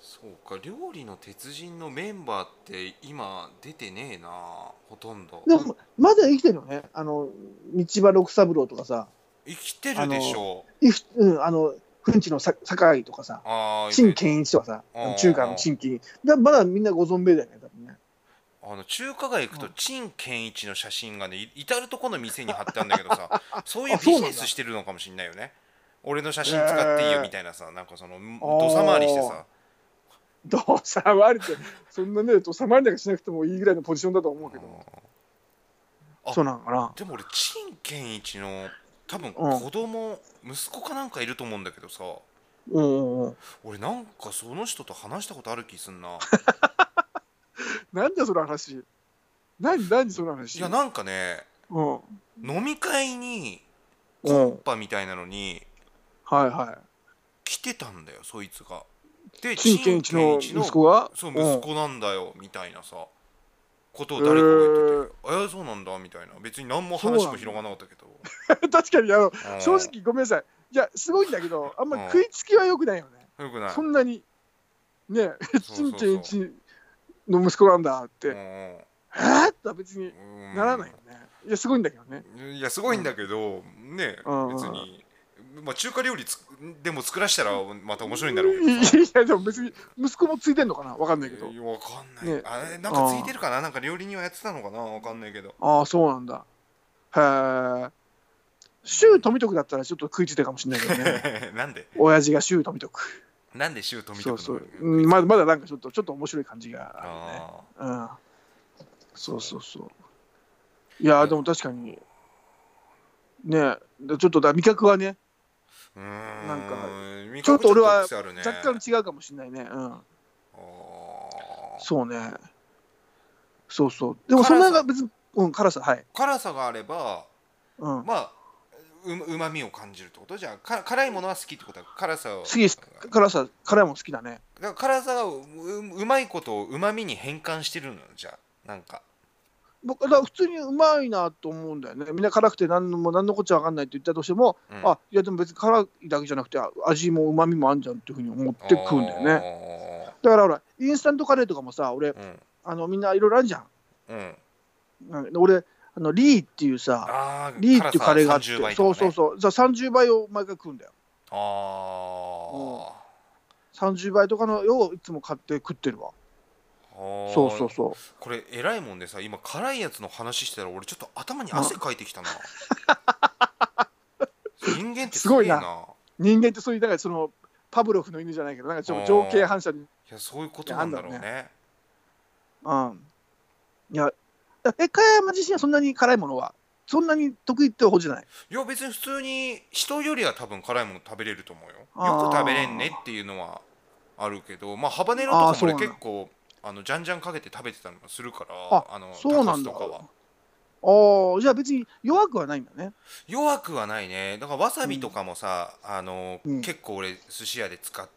Speaker 1: そうか料理の鉄人のメンバーって今出てねえなほとんど
Speaker 2: でも、まだ生きてるよね。あの、道場六三郎とかさ、
Speaker 1: 生きてるでしょ
Speaker 2: いふうん、あの、フンチのさ堺とかさ、
Speaker 1: ああ
Speaker 2: 陳建一とかさ
Speaker 1: あー、
Speaker 2: 中華の陳建一。だまだみんなご存命だよね、多分ね。
Speaker 1: あの中華街行くと陳健一の写真がねい至る所の店に貼ってあるんだけど さそういうビジネスしてるのかもしれないよね俺の写真使っていいよみたいなさなんかそのどさ回りしてさ
Speaker 2: どうさまり って、そんなね、どさまりなんかしなくてもいいぐらいのポジションだと思うけど、
Speaker 1: あ
Speaker 2: そうなのかな。
Speaker 1: でも俺陳健一の多分
Speaker 2: うん
Speaker 1: 子供、息子かなんかいると思うんだけどさ
Speaker 2: うんうんうん。
Speaker 1: 俺なんかその人と話したことある気すん な
Speaker 2: なんだその話。何、何その話。
Speaker 1: いやなんかね
Speaker 2: うん。うん。
Speaker 1: 飲み会に
Speaker 2: はい
Speaker 1: パみたいなのに
Speaker 2: は
Speaker 1: 来てたんだよそいつがで
Speaker 2: い。陳建一の
Speaker 1: 陳健
Speaker 2: 息子が。
Speaker 1: そう
Speaker 2: うん
Speaker 1: 息子なんだよみたいなさことを誰かが言ってて「えー、そうなんだ」みたいな別に何も話も広がらなかったけど
Speaker 2: 確かに、あ
Speaker 1: う
Speaker 2: の、
Speaker 1: ん
Speaker 2: 正直ごめんなさい。いや、すごいんだけど、あん
Speaker 1: うん
Speaker 2: ま食いつきは良くないよね。
Speaker 1: よくない
Speaker 2: そんなに。ね、
Speaker 1: そうそう
Speaker 2: 陳建一の息子なんだって。
Speaker 1: う
Speaker 2: え
Speaker 1: ん
Speaker 2: ーって別に
Speaker 1: うん
Speaker 2: ならないよね。いや、すごいんだけどね。
Speaker 1: いやすごいんだけど、ね
Speaker 2: うん
Speaker 1: 別に、まあ、中華料理つでも作らしたらまた面白いんだろうけどさ
Speaker 2: いや、でも別に息子もついてんのかなわかんないけど。
Speaker 1: わかんない、
Speaker 2: ね
Speaker 1: あれなんかついてるかななんか料理人はやってたのかなわかんないけど
Speaker 2: ああ、そうなんだ。へえ。周富徳だったらちょっと食いついてるかもしれないけ どね。
Speaker 1: なんで
Speaker 2: 親父が周富徳。
Speaker 1: なんで周富徳
Speaker 2: そう
Speaker 1: の
Speaker 2: そう。うんまだまだなんかちょっと、ちょっと面白い感じがあるね。
Speaker 1: あ
Speaker 2: うん。そうそうそう。いやー、でも確かに。ねえ、ちょっとだ味覚はね、
Speaker 1: ーうーん
Speaker 2: なんか
Speaker 1: 見
Speaker 2: ちょっと俺は
Speaker 1: 覚えちゃった癖あ
Speaker 2: 若
Speaker 1: るね
Speaker 2: 干違うかもしれないね。うん。
Speaker 1: あー
Speaker 2: そうね。そうそう。でもそんな
Speaker 1: 辛
Speaker 2: が別に、うん、辛さ、はい。
Speaker 1: 辛さがあれば
Speaker 2: うん。
Speaker 1: まあうまみを感じるってことじゃあか辛いものは好きってことは辛さを
Speaker 2: 好きです。辛さ、辛いもん好きだね。
Speaker 1: だから辛さがうううまいことをうまみに変換してるのじゃあなんか
Speaker 2: 僕だから普通にうまいなと思うんだよね。みんな辛くて何のも何のこっちゃ分かんないって言ったとしても、
Speaker 1: うん
Speaker 2: あいやでも別に辛いだけじゃなくてあ味もうまみもあんじゃんっていうふうに思って食うんだよね。
Speaker 1: ね
Speaker 2: だからほらインスタントカレーとかもさ俺
Speaker 1: うん
Speaker 2: あのみんないろいろあるじゃん。
Speaker 1: うん
Speaker 2: うん俺あのリーっていうさ
Speaker 1: あ
Speaker 2: リーっていうカレーがあって、
Speaker 1: 辛さ30倍とか
Speaker 2: そ
Speaker 1: ね
Speaker 2: うそうそうじゃあ30倍を毎回食うんだよ。
Speaker 1: あ
Speaker 2: 30倍とかのをいつも買って食ってるわ。
Speaker 1: あ
Speaker 2: そうそうそう。
Speaker 1: これ偉いもんでさ今辛いやつの話してたら俺ちょっと頭に汗かいて きたな人間ってすごいな
Speaker 2: す人間ってそういう、だからその、パブロフの犬じゃないけど、なんかちょっと情景反射に。
Speaker 1: いやそういうことなんだろうね
Speaker 2: いやうん。いや、え、加山自身はそんなに辛いものは、そんなに得意ってほうじゃない。
Speaker 1: いや別に普通に人よりは多分辛いもの食べれると思うよ
Speaker 2: あー
Speaker 1: よく食べれんねっていうのはあるけどまあハバネロと
Speaker 2: あー
Speaker 1: か
Speaker 2: そ
Speaker 1: も
Speaker 2: う
Speaker 1: 俺
Speaker 2: なんだ
Speaker 1: 結構あのじゃんじゃんかけて食べてたりもするから
Speaker 2: あ
Speaker 1: あの
Speaker 2: そうなんだ
Speaker 1: タコスとかは
Speaker 2: ああ、じゃあ別に弱くはないんだね。
Speaker 1: 弱くはないねだからわさびとかもさ、あの
Speaker 2: うん
Speaker 1: 結構俺寿司屋で使って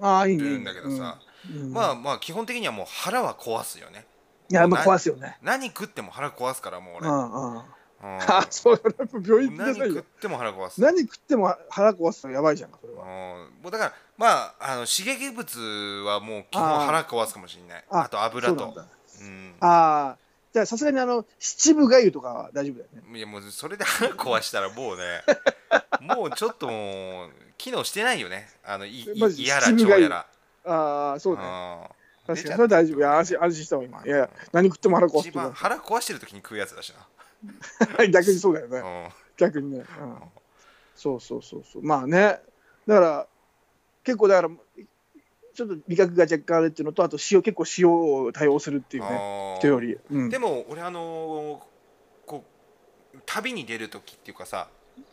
Speaker 2: ああ、いいね。いい
Speaker 1: る
Speaker 2: ね
Speaker 1: んだけどさ、、
Speaker 2: うん
Speaker 1: まあまあ基本的にはもう腹は壊すよね
Speaker 2: いや、まあ壊すよね。
Speaker 1: 何食っても腹壊すからもう
Speaker 2: う
Speaker 1: 俺、うん
Speaker 2: んうん。 あ、そうだね。病院行っ
Speaker 1: 何
Speaker 2: てください
Speaker 1: 食っ
Speaker 2: よ。
Speaker 1: ても腹壊す
Speaker 2: 何食っても腹壊すのやばいじゃん、それ
Speaker 1: うん
Speaker 2: は。
Speaker 1: もうだからまああの刺激物はもう基本腹壊すかもしれないあ
Speaker 2: あ
Speaker 1: と油
Speaker 2: そうなん
Speaker 1: と
Speaker 2: だ。
Speaker 1: うん
Speaker 2: ああ、じゃあさすがにあの、七分がゆとかは大丈夫だよね。
Speaker 1: いやもうそれで腹壊したらもうね もうちょっともう機能してないよねあのいい
Speaker 2: マジ
Speaker 1: いやら
Speaker 2: 七分
Speaker 1: 腸
Speaker 2: がゆ
Speaker 1: やら
Speaker 2: ああ、そうね。
Speaker 1: うん
Speaker 2: 確かに、それは大丈夫。いや、安心安心したわ、今。いや、何食っても腹壊す
Speaker 1: 一
Speaker 2: ってこ
Speaker 1: 番腹壊してる時に食うやつだし
Speaker 2: と。 逆にそうだよね
Speaker 1: な、。うん
Speaker 2: 逆にね、うん、そうそうそうそうまあねだから結構だからちょっと味覚が若干あれっていうのとあと塩結構塩を多用するっていうね
Speaker 1: あー
Speaker 2: 人より、うん、
Speaker 1: でも俺あのーこう旅に出る時っていうかさ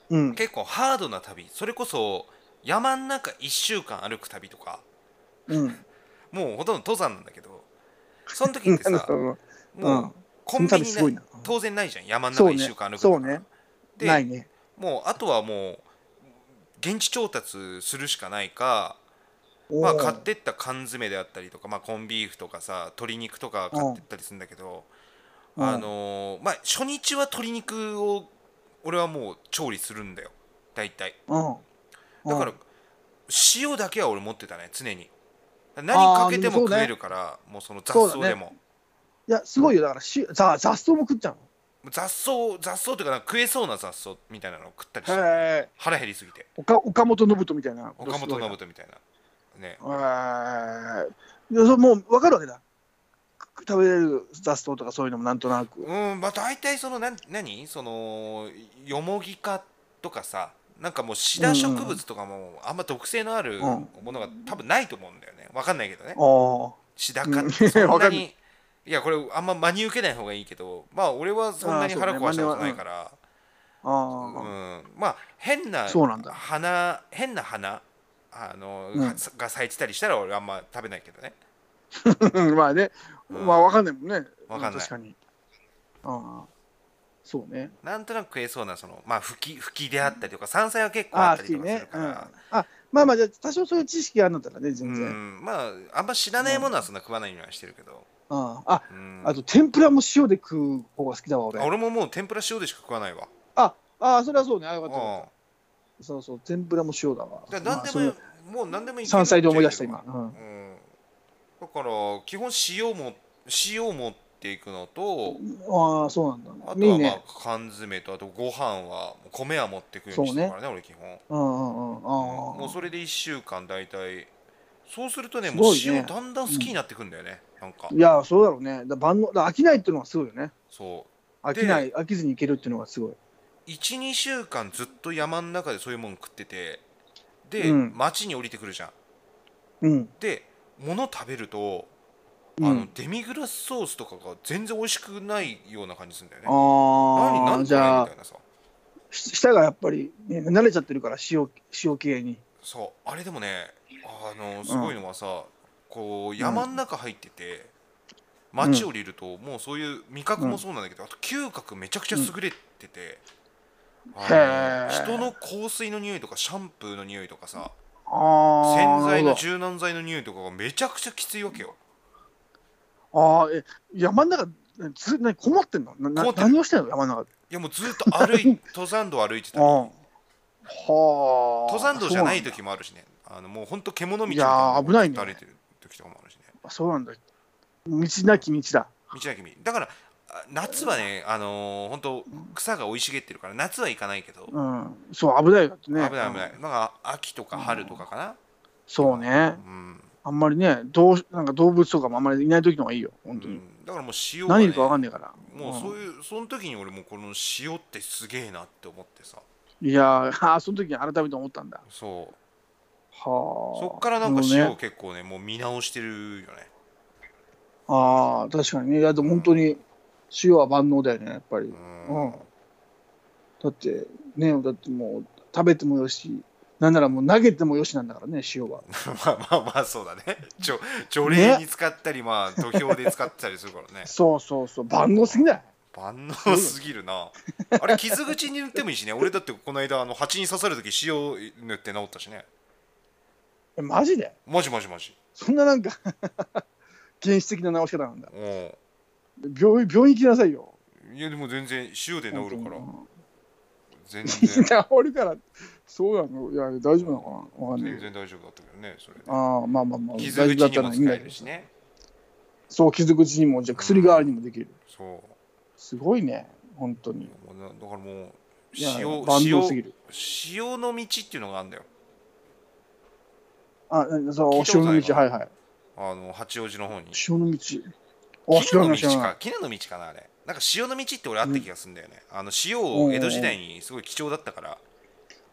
Speaker 2: うん、
Speaker 1: 結構ハードな旅それこそ山ん中1週間歩く旅とか
Speaker 2: うん、
Speaker 1: もうほとんど登山なんだけどその時って
Speaker 2: なんだ
Speaker 1: さ
Speaker 2: ろ う
Speaker 1: も
Speaker 2: うん
Speaker 1: うコンビ
Speaker 2: その旅
Speaker 1: ニ
Speaker 2: すごい
Speaker 1: な
Speaker 2: な
Speaker 1: 当然ないじゃん山ん中1週間歩くと
Speaker 2: そ
Speaker 1: か
Speaker 2: うねそうね
Speaker 1: で
Speaker 2: ないね
Speaker 1: もうあとはもう現地調達するしかないか、
Speaker 2: お
Speaker 1: まあ、
Speaker 2: ー
Speaker 1: 買ってった缶詰であったりとか、まあ、コンビーフとかさ鶏肉とか買ってったりするんだけど、
Speaker 2: うん
Speaker 1: あのーまあ、初日は鶏肉を俺はもう調理するんだよ大体
Speaker 2: うん
Speaker 1: だから
Speaker 2: うん
Speaker 1: 塩だけは俺持ってたね常に何かけても
Speaker 2: そうね
Speaker 1: 食えるからもうその雑草
Speaker 2: そうだ
Speaker 1: で
Speaker 2: ね
Speaker 1: も、
Speaker 2: いやすごいよだからしざ雑草も食っちゃう
Speaker 1: 雑草雑草っていうかなんか食えそうな雑草みたいなのを食ったりして
Speaker 2: のへえ
Speaker 1: 腹減りすぎて
Speaker 2: 岡岡本信人みたいなこと
Speaker 1: 岡
Speaker 2: すご
Speaker 1: 本
Speaker 2: いな
Speaker 1: 信人みたいなね
Speaker 2: へえいやそれもう分かるわけだく食べれる雑草とかそういうのもなんとなく
Speaker 1: うんまあ大体そのなん何そのよもぎ科とかさなんかもうシダ植物とかもあんま毒性のある
Speaker 2: うん
Speaker 1: ものが多分ないと思うんだよねわかんないけどね
Speaker 2: ああ
Speaker 1: シダ科っ
Speaker 2: うん
Speaker 1: てそん
Speaker 2: わ
Speaker 1: な
Speaker 2: かんな
Speaker 1: にいやこれあんま真に受けない方がいいけどまあ俺はそんなに腹壊したことないからう
Speaker 2: ああ
Speaker 1: んまあ変な
Speaker 2: そうなんだ
Speaker 1: 花変な花あの
Speaker 2: うん
Speaker 1: がが咲いてたりしたら俺はあんま食べないけどね
Speaker 2: うん まあね、
Speaker 1: うん
Speaker 2: まあわかんないもんね。
Speaker 1: わかんない
Speaker 2: うん確かに。ああ、そうね。
Speaker 1: なんとなく食えそうなそのまあ吹き吹きであったりとか山菜は結構
Speaker 2: あ
Speaker 1: あ
Speaker 2: あ、
Speaker 1: った
Speaker 2: 好
Speaker 1: り
Speaker 2: き
Speaker 1: とかす
Speaker 2: ね
Speaker 1: る。か
Speaker 2: うん、
Speaker 1: ら
Speaker 2: あまあまあ、じゃあ多少そういう知識があるんだったらね、全然。
Speaker 1: うん、まああんま知らないものはそんな食わないようにはしてるけど、
Speaker 2: ああ、あ
Speaker 1: うん、
Speaker 2: あと天ぷらも塩で食う方が好きだわ、俺。
Speaker 1: あ俺ももう天ぷら塩でしか食わないわ
Speaker 2: ああー、それはそうね。あよか
Speaker 1: う
Speaker 2: っ
Speaker 1: ん
Speaker 2: たよかった。そうそう、天ぷらも塩だわ。
Speaker 1: だから何でも、
Speaker 2: まあ
Speaker 1: もう何でもい
Speaker 2: そ
Speaker 1: ける
Speaker 2: う山菜で思い出した、今。
Speaker 1: うん、だから基本塩も塩持っていくのと
Speaker 2: うん、ああ、そうなんだ。
Speaker 1: あ
Speaker 2: い
Speaker 1: と
Speaker 2: い
Speaker 1: はまあ
Speaker 2: ね。
Speaker 1: 缶詰とあとご飯は米は持っていくようにしてるからね俺基本
Speaker 2: うんうんうん。ああ。
Speaker 1: もうそれで1週間大体そうするとね
Speaker 2: す
Speaker 1: もう
Speaker 2: ごいね
Speaker 1: 塩だんだん好きになってくんだよね、なんか
Speaker 2: いや、そうだろうね。だ万能だ飽きないっていうのはすごいよね。
Speaker 1: そう
Speaker 2: 飽きない、飽きずにいけるっていうのがすごい。
Speaker 1: 12週間ずっと山の中でそういうもん食っててで、
Speaker 2: うん
Speaker 1: 町に降りてくるじゃん
Speaker 2: うん。
Speaker 1: で物食べると、
Speaker 2: うん、
Speaker 1: あのデミグラスソースとかが全然美味しくないような感じするんだよね何
Speaker 2: あ
Speaker 1: 何
Speaker 2: あ、
Speaker 1: こ
Speaker 2: じ
Speaker 1: れみ
Speaker 2: ゃあ
Speaker 1: た、いなさ
Speaker 2: し舌がやっぱり、ね、慣れちゃってるから塩塩系に
Speaker 1: そうあれでもねあのすごいのはさ、こう山の中入ってて、町降りるともうそういう味覚もそうなんだけど、あと嗅覚めちゃくちゃ優れてて、あの
Speaker 2: へー
Speaker 1: 人の香水の匂いとかシャンプーの匂いとかさ、
Speaker 2: あ
Speaker 1: 洗剤の
Speaker 2: あ
Speaker 1: 柔軟剤の匂いとかがめちゃくちゃきついわけよ
Speaker 2: あーえ山の中ずな困ってんのなな
Speaker 1: 困ってる
Speaker 2: 何をしてんの山の中で
Speaker 1: いやもうずっと歩 い登山道歩いてたり
Speaker 2: ああはあ
Speaker 1: 登山道じゃない時もあるしねあのもうほんと獣道みたいなのを
Speaker 2: いやー危ないね
Speaker 1: ずっと歩いてる時とかもあるしね
Speaker 2: そうなんだそうなんだ道なき道だ
Speaker 1: 道なき道だからあ夏はねあのー、ほんと草が生い茂ってるから夏は行かないけど、
Speaker 2: うんそう危ないよだって
Speaker 1: 危な
Speaker 2: ね
Speaker 1: い危ないなんか秋とか春とかかな
Speaker 2: そうね
Speaker 1: うん、
Speaker 2: あんまりね、どうなんか動物とかもあんまりいない時の方がいいよ、本当に。
Speaker 1: うんだからもう塩が、
Speaker 2: 何
Speaker 1: ね、
Speaker 2: いるかわかんないから。
Speaker 1: もうそう
Speaker 2: うん
Speaker 1: いう、その時に俺もうこの塩ってすげえなって思ってさ
Speaker 2: いやー、あーその時に改めて思ったんだ。は
Speaker 1: そう
Speaker 2: あ。
Speaker 1: そ
Speaker 2: そ
Speaker 1: っからなんか塩を
Speaker 2: ね、
Speaker 1: 結構ねもう見直してるよね
Speaker 2: ああ、確かにね。いや、でも本当に塩は万能だよね、やっぱり
Speaker 1: う。ん
Speaker 2: うん。
Speaker 1: うん
Speaker 2: だって、ね、だってもう食べてもよし、なんならもう投げてもよしなんだからね、塩は。
Speaker 1: まあまあまあそうだねちょ除霊に使ったり、まあ土俵で使ったりするからね
Speaker 2: そうそうそう、万能すぎない
Speaker 1: 万能すぎるなあれ傷口に塗ってもいいしね俺だってこの間あの蜂に刺さる時塩塗って治ったしね
Speaker 2: えマジで
Speaker 1: マジマジマジ
Speaker 2: そんななんか原始的な直し方なんだ。
Speaker 1: う
Speaker 2: 病院、病院行きなさいよ。
Speaker 1: んいやでも全然塩で治るから
Speaker 2: 本
Speaker 1: 全
Speaker 2: 当に
Speaker 1: 然
Speaker 2: 治るから、そうなのいや、大丈夫なのかなわかんない
Speaker 1: 全
Speaker 2: けど。
Speaker 1: 然大丈夫だったけどねそれ
Speaker 2: ああ、まあまあまあ、大
Speaker 1: 傷
Speaker 2: 丈夫だっ
Speaker 1: 口に
Speaker 2: たら
Speaker 1: も
Speaker 2: いいん
Speaker 1: 使
Speaker 2: だ
Speaker 1: え
Speaker 2: けど
Speaker 1: る。しね
Speaker 2: そう、傷口にも、じゃあ薬代わりにもできる。
Speaker 1: そう
Speaker 2: すごいね、本当に。
Speaker 1: もうなだからもう
Speaker 2: いや
Speaker 1: 塩
Speaker 2: 万能すぎ
Speaker 1: 塩
Speaker 2: る。
Speaker 1: 塩の道っていうのがあるんだよ聞いたことないわ
Speaker 2: あ、そう、塩の道、はいはい。
Speaker 1: あの八王子の方に
Speaker 2: 塩の道。あ、知
Speaker 1: 絹
Speaker 2: ら
Speaker 1: の
Speaker 2: ない、知ら
Speaker 1: 道
Speaker 2: ない
Speaker 1: か。絹の道かなあれなんか塩の道って俺あった気がするんだよね、あの塩を江戸時代にすごい貴重だったから、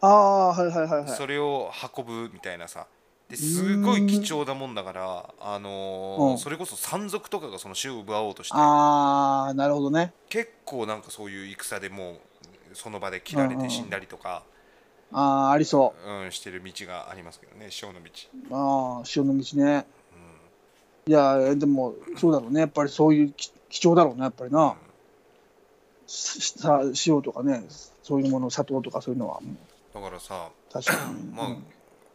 Speaker 2: ああ、はいはいはいはい。
Speaker 1: それを運ぶみたいなさですごい貴重なもんだから、あのー
Speaker 2: うん
Speaker 1: それこそ山賊とかがその塩を奪おうとして
Speaker 2: ああ、なるほどね。
Speaker 1: 結構なんかそういう戦でもうその場で切られて死んだりとか、
Speaker 2: ああ、ありそ
Speaker 1: うん、してる道がありますけどね塩の道、
Speaker 2: う。ああ、塩の道ね。
Speaker 1: うん、
Speaker 2: いや、でも、そうだろうね。やっぱりそういうき貴重だろうね、やっぱりな。しさ塩とかね、そういうもの、砂糖とかそういうのは、もう
Speaker 1: だからさ、
Speaker 2: 確かに。
Speaker 1: まあ
Speaker 2: うん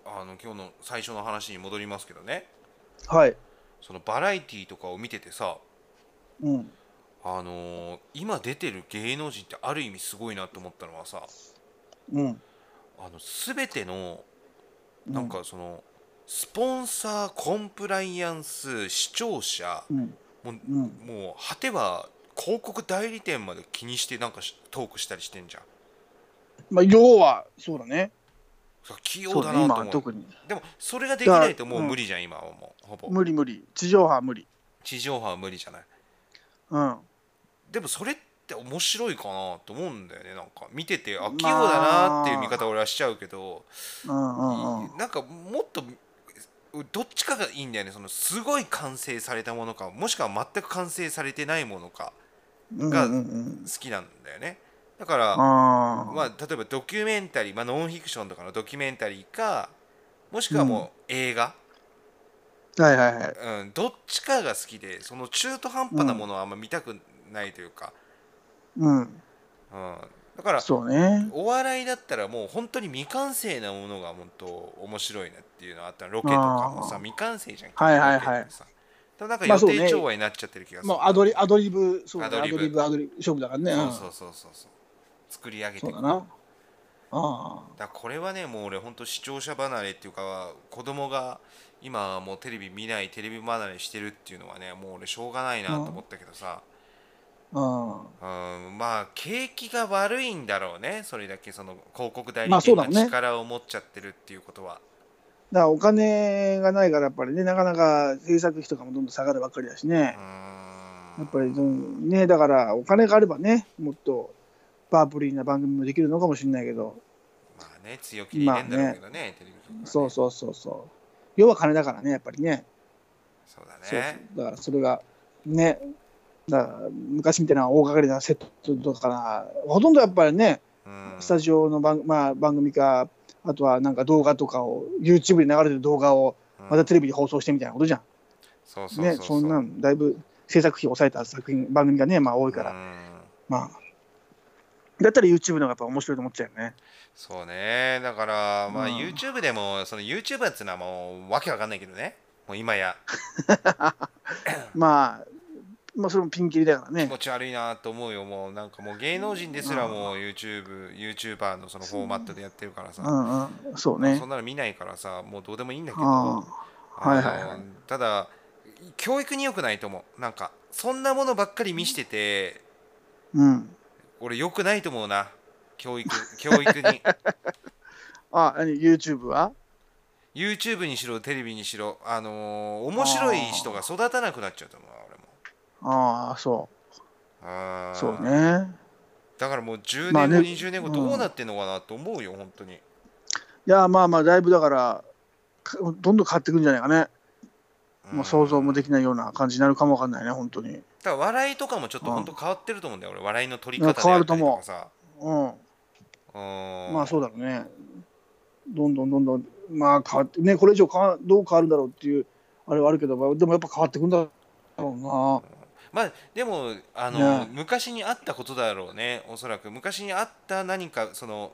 Speaker 1: あの今日の最初の話に戻りますけどね
Speaker 2: はい。
Speaker 1: そのバラエティーとかを見ててさ
Speaker 2: うん。
Speaker 1: あのー今出てる芸能人ってある意味すごいなと思ったのはさ
Speaker 2: うん。
Speaker 1: あの全ての
Speaker 2: うん
Speaker 1: なんかそのスポンサーコンプライアンス視聴者
Speaker 2: うん。
Speaker 1: もう
Speaker 2: うん。
Speaker 1: もう果ては広告代理店まで気にしてなんかしトークしたりしてんじゃん
Speaker 2: まあ、要は、そうだね。
Speaker 1: そう器
Speaker 2: そ
Speaker 1: 用
Speaker 2: う
Speaker 1: だな
Speaker 2: だね、
Speaker 1: と
Speaker 2: 今は
Speaker 1: 思う
Speaker 2: 特に。
Speaker 1: でもそれができないともう無理じゃん今はもうほぼ
Speaker 2: 無理無理。地上波は無理。
Speaker 1: 地上波は無理じゃない
Speaker 2: うん。
Speaker 1: でもそれって面白いかなと思うんだよねなんか見ててあ
Speaker 2: まあ
Speaker 1: 器用だなっていう見方を俺はしちゃうけど、
Speaker 2: うんうんうん。
Speaker 1: なんかもっとどっちかがいいんだよねそのすごい完成されたものかもしくは全く完成されてないものか
Speaker 2: うんうんうん
Speaker 1: 好。きなんだよねだから
Speaker 2: ああ。
Speaker 1: まあ、例えばドキュメンタリー、まあ、ノンフィクションとかのドキュメンタリーかもしくはもう映画、
Speaker 2: はいはいはい。
Speaker 1: うんどっちかが好きでその中途半端なものはあんま見たくないというか、
Speaker 2: うん。
Speaker 1: うん、だから
Speaker 2: そうね。
Speaker 1: お笑いだったらもう本当に未完成なものが本当面白いなっていうのがあったのロケとかもさ
Speaker 2: あー
Speaker 1: 未完成じゃん
Speaker 2: はいはいは
Speaker 1: ロ
Speaker 2: い
Speaker 1: ケってさでもなんか
Speaker 2: ま
Speaker 1: 予
Speaker 2: あそうね
Speaker 1: 定調和になっちゃってる気がする、
Speaker 2: もうアドリアドリブ、そうだね、
Speaker 1: ア
Speaker 2: ア
Speaker 1: ドリブ
Speaker 2: ドリブ、アドリブ、勝負だからね。うん
Speaker 1: そうそうそうそうそう作り上げて
Speaker 2: そ
Speaker 1: いうく
Speaker 2: だな。ああ。
Speaker 1: だからこれはねもう俺本当視聴者離れっていうか子供が今もうテレビ見ないテレビ離れしてるっていうのはねもう俺しょうがないなと思ったけどさ、
Speaker 2: う
Speaker 1: うん、まあ景気が悪いんだろうねそれだけその広告代理
Speaker 2: まあそ
Speaker 1: 店が
Speaker 2: うだろうね
Speaker 1: 力を持っちゃってるっていうことは、
Speaker 2: ん、だからお金がないからやっぱりねなかなか制作費とかもどんどん下がるばっかりだしね、
Speaker 1: うーん
Speaker 2: やっぱりどんねだからお金があればねもっとパープリーな番組もできるのかもしれないけど、
Speaker 1: まあね強気にねんだろうけどね,、テレビ局はね
Speaker 2: そうそうそうそう要は金だからねやっぱりね
Speaker 1: そうだ
Speaker 2: そう
Speaker 1: ね
Speaker 2: そうだからそれがねだから昔みたいな大掛かりなセットとかなほとんどやっぱりね
Speaker 1: うん
Speaker 2: スタジオの番,、まあ、番組かあとはなんか動画とかを YouTube で流れてる動画を
Speaker 1: うん
Speaker 2: またテレビで放送してみたいなことじゃん
Speaker 1: そうそうそう
Speaker 2: ね、そんなんだいぶ制作費抑えた作品番組がね、まあ、多いから、
Speaker 1: うん
Speaker 2: まあだったら YouTube の方がやっぱ面白いと思っちゃうよね。
Speaker 1: そうねだから、まあ、
Speaker 2: うん
Speaker 1: YouTube でもその YouTuber っていうのはもうわけわかんないけどねもう今や
Speaker 2: まあ、まあ、それもピンキリだから
Speaker 1: 気
Speaker 2: ね
Speaker 1: 持。ち悪いなと思うよもうなんかもう芸能人ですらもう YouTubeYouTuber のそのフォーマットでやってるから
Speaker 2: う
Speaker 1: さ、
Speaker 2: んうん、そうね
Speaker 1: そん。なの見ないからさもうどうでもいいんだけど
Speaker 2: ああはいはいはい
Speaker 1: あのただ教育に良くないと思うなんかそんなものばっかり見してて
Speaker 2: うん。
Speaker 1: 俺良くないと思う な教育教育に
Speaker 2: あ、何 YouTube は
Speaker 1: YouTube にしろテレビにしろあのー面白い人が育たなくなっちゃうと思うな俺も
Speaker 4: ああ、そ
Speaker 1: あ
Speaker 4: う。
Speaker 1: ー
Speaker 4: そうね。
Speaker 1: だからもう10年後、
Speaker 4: まあね
Speaker 1: 20年後
Speaker 4: うん
Speaker 1: どうなってんのかなと思うよ本当に
Speaker 4: いや、まあまあ、だいぶだから、かどんどん変わっていくんじゃないかね。もう想像も
Speaker 1: で
Speaker 4: できないような感じになるかもわかんないね、本当に。
Speaker 1: だから笑いとかもちょっと
Speaker 4: うん
Speaker 1: 本当変わってると思うんだよ俺笑いの取り方で
Speaker 4: 変
Speaker 1: あ
Speaker 4: わ
Speaker 1: っ
Speaker 4: る
Speaker 1: た
Speaker 4: と
Speaker 1: り
Speaker 4: 思う
Speaker 1: とかさ
Speaker 4: うん。
Speaker 1: うん
Speaker 4: まあそう
Speaker 1: だ
Speaker 4: だろうね。
Speaker 2: どんどんどんどん、まあ変わって、ね、これ以上変わどう変わるんだろうっていう、あれはあるけど、まあでもやっぱ変わってくんだろうな。
Speaker 1: まあでもあの、
Speaker 4: ね
Speaker 1: 昔にあったことだろうねおそらく昔にあった何かその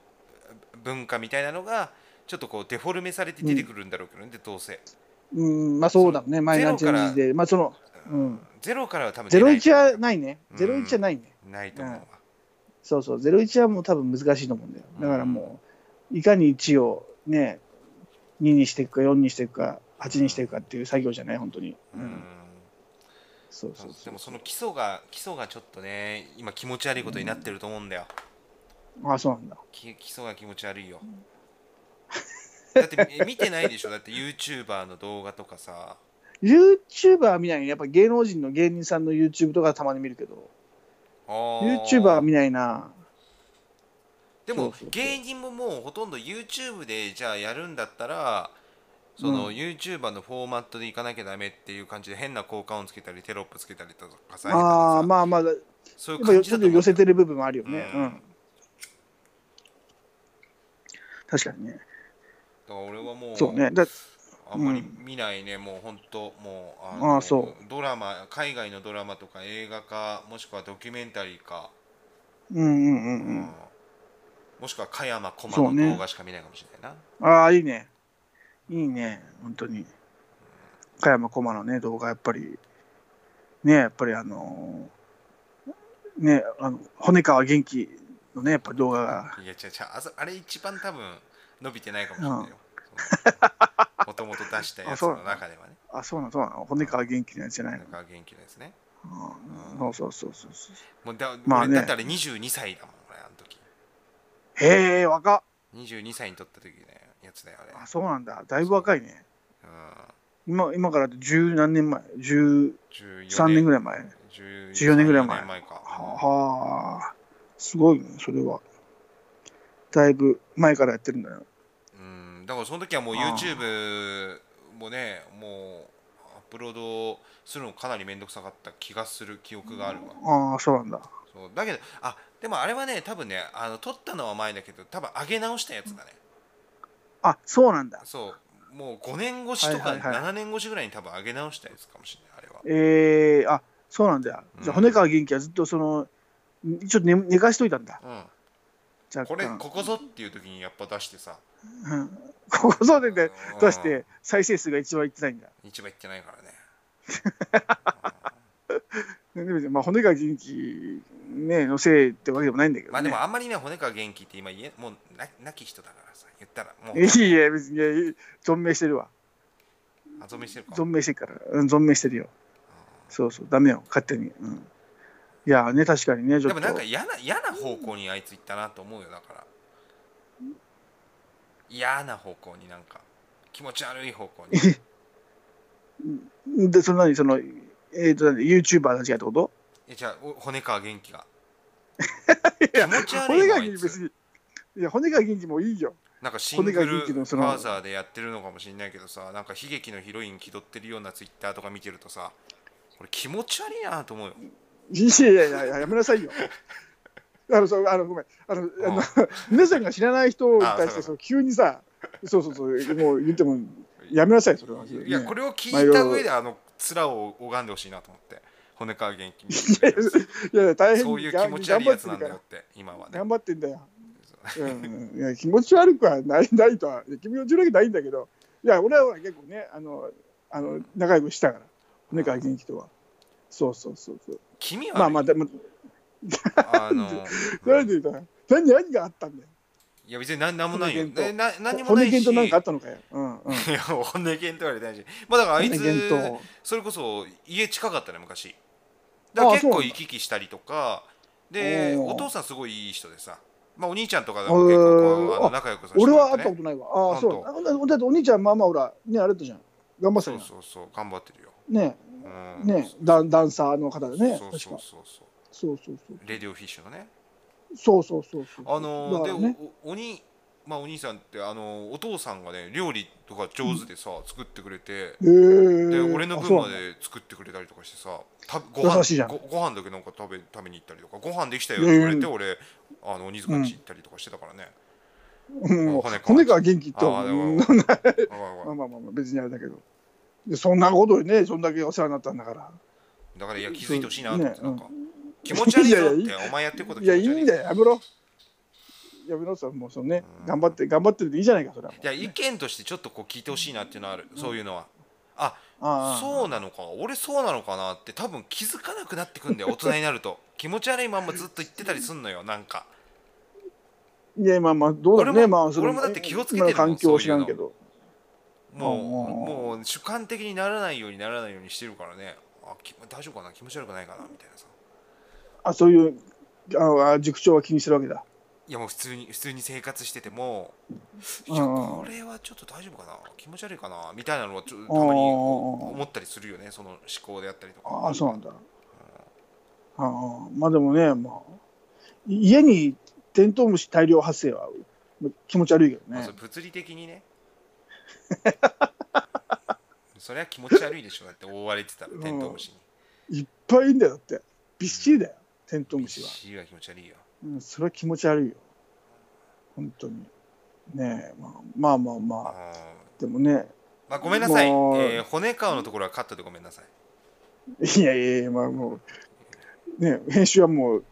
Speaker 1: 文化みたいなのがちょっとこうデフォルメされて出てくるんだろうけどね、でどうせ、
Speaker 2: うん、まあそうだね、マイナーチェンジで、まあその、うん
Speaker 1: ゼロからは多分出ない
Speaker 2: 01はないね、
Speaker 1: うん
Speaker 2: 01はないね。
Speaker 1: ないと思うわ、
Speaker 2: そうそう、01はもう多分難しいと思うんだよ。だからもう、いかに1をね、2にしていくか、4にしていくか、8にしていくかっていう作業じゃない、本当に。
Speaker 1: うん
Speaker 2: そうそう
Speaker 1: で
Speaker 2: そう
Speaker 1: も。その基礎が基礎がちょっとね今気持ち悪いことになってると思うんだよ、
Speaker 2: ああ、そうなんだ。
Speaker 1: き基礎が気持ち悪いよだってえ見てないでしょだって YouTuber の動画とかさ
Speaker 2: YouTuber は見ないね。やっぱ芸能人の芸人さんの YouTube とかたまに見るけど、
Speaker 1: あー
Speaker 2: YouTuber は見ないな。
Speaker 1: でも
Speaker 2: そうそうそう
Speaker 1: 芸人ももうほとんど YouTube でじゃあやるんだったらその、
Speaker 2: うん
Speaker 1: YouTuber のフォーマットでいかなきゃダメっていう感じで変な効果音つけたりテロップつけたりとかさ
Speaker 2: ああ、
Speaker 1: あ、
Speaker 2: まあまあ、やっ
Speaker 1: そういう
Speaker 2: ぱ
Speaker 1: 感
Speaker 2: り
Speaker 1: じ
Speaker 2: ち
Speaker 1: だ
Speaker 2: ょっ
Speaker 1: と
Speaker 2: と
Speaker 1: 思う
Speaker 2: 寄せてる部分もあるよね。
Speaker 1: う
Speaker 2: うんん。確かにね。
Speaker 1: だから俺はもう
Speaker 2: そうね。だ
Speaker 1: あんまり見ないね、もう本当もうあ
Speaker 2: あーそ
Speaker 1: ドラマ海外のドラマとか映画かもしくはドキュメンタリーか、
Speaker 2: うんうんうん
Speaker 1: う
Speaker 2: うんん。
Speaker 1: もしくは加山駒
Speaker 2: そう
Speaker 1: の
Speaker 2: ね
Speaker 1: 動画しか見ないかもしれないな、
Speaker 2: ああ、いいね。いいね、本当に。加山駒のね、動画、やっぱり、ね、やっぱりあのーね、あの、骨川元気のね、やっぱり動画が、
Speaker 1: いや違う違うあそあれ一番多分伸びてないかもしれないよもともと出したや
Speaker 2: あ
Speaker 1: つ
Speaker 2: そう
Speaker 1: の
Speaker 2: なの
Speaker 1: 中ではね
Speaker 2: あ、そうなの、そうなの、骨川元気のやつじゃな
Speaker 1: ないん
Speaker 2: の。
Speaker 1: か元気ですね
Speaker 2: うんそうそうそうそうそう。
Speaker 1: もうだ,、
Speaker 2: まあね
Speaker 1: 俺だったら22歳だもん俺あの時
Speaker 2: へえ、若っ。
Speaker 1: 22歳に撮った時のやつだよあれ
Speaker 2: あ、そうなんだ。だいぶ若いね。
Speaker 1: う
Speaker 2: 今、今から十何年前、十
Speaker 1: ん、
Speaker 2: 三年ぐ
Speaker 1: らい
Speaker 2: らい前。
Speaker 1: 14
Speaker 2: 14年ぐらい前
Speaker 1: 14前か、
Speaker 2: はあ、すごいね、それは。だいぶ前からやってるんだよ。
Speaker 1: うん、だからその時はもう
Speaker 2: ああ
Speaker 1: YouTube もねもうアップロードするのかなり面倒くさかった気がする記憶があるわ、
Speaker 2: ああ、そうなんだ。
Speaker 1: そうだけどあでもあれはね多分ねあの撮ったのは前だけど多分上げ直したやつだね
Speaker 2: あ、そうなんだ。
Speaker 1: そうもう5年越しとか
Speaker 2: はいはいは
Speaker 1: 7
Speaker 2: い
Speaker 1: 年越しぐらいに多分上げ直したやつかもしれないあれは
Speaker 2: ええあそうなんだ。じゃあ、
Speaker 1: うん
Speaker 2: 骨川元気はずっとその、んちょっと寝寝かしといたんだ。
Speaker 1: うん、
Speaker 2: 若干
Speaker 1: これここぞっていう時にやっぱ出してさ
Speaker 2: うん ここぞでね
Speaker 1: うん
Speaker 2: 出して、再生数が一番いってないんだ。
Speaker 1: 一番行ってないからね
Speaker 2: でもまあ、骨川元気、ね、のせいってわけでもないんだけど、
Speaker 1: まあ
Speaker 2: ね。
Speaker 1: でもあんまりね骨川元気って今言えもうな亡き人だからさ言ったらもう
Speaker 2: いやいや、別に、いや存命してるわ。
Speaker 1: 遊びしてるか
Speaker 2: 存命してるから。うん、存命してるよ。そうそう、ダメよ、勝手に。うん、いやーね、確かにね、ちょっと。
Speaker 1: でもなんか嫌な嫌な方向にあいつ行ったなと思うよだから嫌な方向になんか気持ち悪い方向に
Speaker 2: で、その何、その、えっ、ー、と、何 YouTuber たちがってこと
Speaker 1: えじゃあお骨川元気が
Speaker 2: いや
Speaker 1: 気持ち悪
Speaker 2: 骨
Speaker 1: いの
Speaker 2: 川
Speaker 1: あ
Speaker 2: 元
Speaker 1: い
Speaker 2: 気別
Speaker 1: つ
Speaker 2: に、いや、骨川元気もいいよ。
Speaker 1: なんかシングル
Speaker 2: 骨川元
Speaker 1: フ
Speaker 2: 気のそ
Speaker 1: ァ
Speaker 2: の
Speaker 1: ーザーでやってるのかもしれないけどさなんか悲劇のヒロイン気取ってるようなツイッターとか見てるとさこれ気持ち悪いなと思うよ
Speaker 2: いやいやいやいや、やめなさいよ。あの、そう、あの、ごめん、あの、あの、皆さんが知らない人に対
Speaker 1: あ
Speaker 2: し
Speaker 1: そう
Speaker 2: て、そう、急にさ。そうそうそう、もう言っても、やめなさい、それは。
Speaker 1: いや
Speaker 2: ね
Speaker 1: これを聞いた上であの面を拝んでほしいなと思って骨川元気に
Speaker 2: いやいや、大変
Speaker 1: そう
Speaker 2: に
Speaker 1: いう
Speaker 2: が
Speaker 1: 気
Speaker 2: ん
Speaker 1: 持ち
Speaker 2: 頑
Speaker 1: 悪い
Speaker 2: 張
Speaker 1: や
Speaker 2: っ
Speaker 1: つ
Speaker 2: て
Speaker 1: なん
Speaker 2: るか
Speaker 1: だよっ
Speaker 2: ら。
Speaker 1: て今はね
Speaker 2: 頑張ってんだよ。
Speaker 1: そう
Speaker 2: うん、いや、気持ち悪くはない、ないとは、いや気持ち悪くないんだけど。いや、俺はほら結構ね、あの、あの、仲良くしたから。ね、川元気とは。そうそうそうそう。
Speaker 1: 気味悪い
Speaker 2: まあまあ、でも、
Speaker 1: あ の
Speaker 2: なんで言うかな何、何があったんだよ。
Speaker 1: いや別に何何もないよ。
Speaker 2: 骨源
Speaker 1: ねな何もな
Speaker 2: 骨
Speaker 1: いし。
Speaker 2: 源と何かあったのかよ。うん、う ん。
Speaker 1: いや本音とは言われてないし。まあだからあい
Speaker 2: 骨
Speaker 1: つ
Speaker 2: 源と
Speaker 1: それこそ家近かったね昔。だから
Speaker 2: ああ
Speaker 1: 結
Speaker 2: そう
Speaker 1: 構
Speaker 2: なんだ
Speaker 1: 行き来したりとか。で
Speaker 2: おー
Speaker 1: お父さんすごいいい人でさ。まあお兄ちゃんとかでも結構こう
Speaker 2: へ
Speaker 1: あ
Speaker 2: ー
Speaker 1: の仲良くさせて
Speaker 2: 俺
Speaker 1: もら
Speaker 2: は
Speaker 1: って、
Speaker 2: 会
Speaker 1: ね
Speaker 2: ったこ、とないわ。ああ、
Speaker 1: 本
Speaker 2: そう。あだってお兄ちゃん、まあまあ、ほら、ね、あれだったじゃん。頑張って
Speaker 1: そう
Speaker 2: たじゃ
Speaker 1: そうそう頑張ってるよ、
Speaker 2: ん。ね
Speaker 1: うん、
Speaker 2: ねダンダンサーの方でね。
Speaker 1: そう
Speaker 2: 確か。
Speaker 1: そ
Speaker 2: そうう
Speaker 1: そうそう
Speaker 2: そうそう。
Speaker 1: レディオフィッシュのね
Speaker 2: そうそうそうそう。
Speaker 1: あのー
Speaker 2: だか
Speaker 1: で
Speaker 2: らね。
Speaker 1: おおお兄まあお兄さんってあのーお父さんがね料理とか上手でさ、作ってくれて
Speaker 2: えー
Speaker 1: で俺の分ま。
Speaker 2: あ
Speaker 1: で作ってくれたりとかしてさたご飯
Speaker 2: 優しいじゃん
Speaker 1: ごご飯だけなんか食べ食べに行ったりとかご飯できたよって言われて俺あの鬼塚んち行ったりとかしてたからね、
Speaker 2: そうなんだうん
Speaker 1: 骨か
Speaker 2: 骨川元気って。
Speaker 1: ああでも
Speaker 2: うん
Speaker 1: わかるわかる
Speaker 2: まあまあまあまあ、別にあれだけど。でそんなことにね、そんだけお世話になったんだから。
Speaker 1: だからいや気づいてほしいなと思って
Speaker 2: ね
Speaker 1: なんか、気持ち悪いよ
Speaker 2: い
Speaker 1: っ
Speaker 2: や
Speaker 1: てお前やってること
Speaker 2: い
Speaker 1: 気持ち
Speaker 2: や、
Speaker 1: 悪
Speaker 2: い
Speaker 1: い
Speaker 2: いんだよ、やめろ。やめろさ、もうそのね
Speaker 1: う、ん
Speaker 2: 頑張って、頑張ってるでいいじゃないか、それはもう。
Speaker 1: いや意見としてちょっとこう聞いてほしいなっていうのはある、そういうのはあ
Speaker 2: ああ
Speaker 1: そうなのか俺そうなのかなって多分気づかなくなってくんだよ大人になると気持ち悪いまんまずっと言ってたりすんのよなんか
Speaker 2: いや、まあまあ、どうだろう
Speaker 1: 俺
Speaker 2: ね、
Speaker 1: も
Speaker 2: まあ、その
Speaker 1: 俺もだって気をつけてるもん
Speaker 2: 今の環境を知らんけど。
Speaker 1: もう
Speaker 2: うんうん
Speaker 1: もう主観的にならないようにならないようにしてるからねあき大丈夫かな気持ち悪くないかなみたいなさ
Speaker 2: あ、そういう、ああ塾長は気にしてるわけだ。
Speaker 1: いやもう普通に普通に生活しててもい
Speaker 2: うん
Speaker 1: や
Speaker 2: うん
Speaker 1: これはちょっと大丈夫かな気持ち悪いかなみたいなのはちょた
Speaker 2: うんうんうん
Speaker 1: まに思ったりするよねその思考であったりとか
Speaker 2: ああ、そうなんだ。ああ、まあでもね、まあ、家にテントウムシ大量発生は気持ち悪いけど
Speaker 1: まあ
Speaker 2: ね
Speaker 1: それ。物理的に ねそれは気持ち悪いでしょだって覆われてたらテントウムシに
Speaker 2: いっぱいいるんだよ、だって。びっしりだよ、テントウムシは。
Speaker 1: 死は気持ち悪いよ
Speaker 2: うん、それは気持ち悪いよ。本当に。ねえ、まあまあまあ、まあ、
Speaker 1: あー
Speaker 2: でもね、
Speaker 1: まあごめんなさい、え
Speaker 2: もう
Speaker 1: ー骨顔のところはカットでごめんなさい
Speaker 2: いやいやいや、まあもう、ね、編集はもう、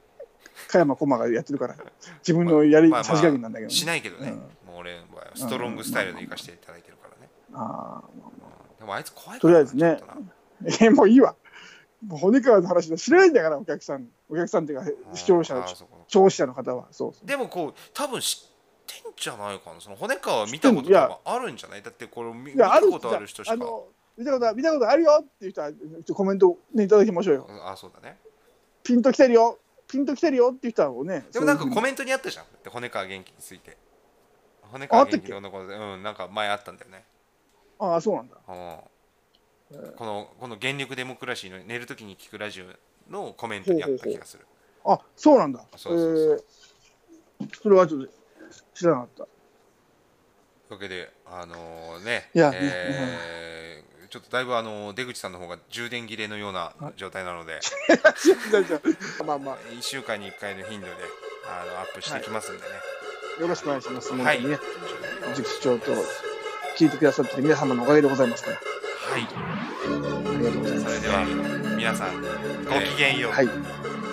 Speaker 2: 加山駒がやってるから、自分のやり、
Speaker 1: まあまあ
Speaker 2: さじ加減なんだけど、ね
Speaker 1: しないけどね、
Speaker 2: うん
Speaker 1: もう俺はストロングスタイルで生かしていただいてるからね、
Speaker 2: あ
Speaker 1: うんでもあいつ怖いからな
Speaker 2: とりあえずね
Speaker 1: ちょっとな
Speaker 2: あ、え、もういいわ。もう骨川の話だ、知らないんだから、お客さん。お客さんっていうか、視聴
Speaker 1: あ
Speaker 2: 者
Speaker 1: ー、そこ
Speaker 2: 聴者の方は、そうそう。
Speaker 1: でもこう多分知ってんじゃないかなその骨川は見たこ
Speaker 2: 知っ
Speaker 1: と
Speaker 2: てんのいや
Speaker 1: 多分あるんじゃないだってこれ見
Speaker 2: いや
Speaker 1: 見たことある人しか
Speaker 2: あの、見たこと、見たことあるよっていう人は、ちょっとコメント、ね、いただきましょうよ。
Speaker 1: ああそうだね
Speaker 2: ピンときてるよ、ピンときてるよっていう人はをね、
Speaker 1: でもなんか
Speaker 2: そういうふうに
Speaker 1: コメントにあったじゃん。で骨川元気について。骨川元気の女の子で、うん、なんか前あったんだよね。
Speaker 2: ああ、そうなんだ。
Speaker 1: うんこのこの原力デモクラシーの寝るときに聞くラジオのコメントにあった気がする。
Speaker 2: あ、そうなんだ。
Speaker 1: そうそうそう
Speaker 2: えーそれはちょっと知らなかった。
Speaker 1: とい うわけで、あのね、
Speaker 2: いや
Speaker 1: えーちょっとだいぶあの出口さんの方が充電切れのような状態なので、
Speaker 2: じゃあじゃあまあま
Speaker 1: 1週間に1回の頻度であのアップしていきますんでね。
Speaker 2: あ、よろしくお願いします。
Speaker 1: はい。
Speaker 2: 本当にね、
Speaker 1: は
Speaker 2: 塾長と聞いてくださってる皆様のおかげでございますから、
Speaker 1: い。
Speaker 2: ありがとうござい
Speaker 1: そ
Speaker 2: ま
Speaker 1: れ
Speaker 2: す。
Speaker 1: では皆さんごきげんよう。
Speaker 2: はい。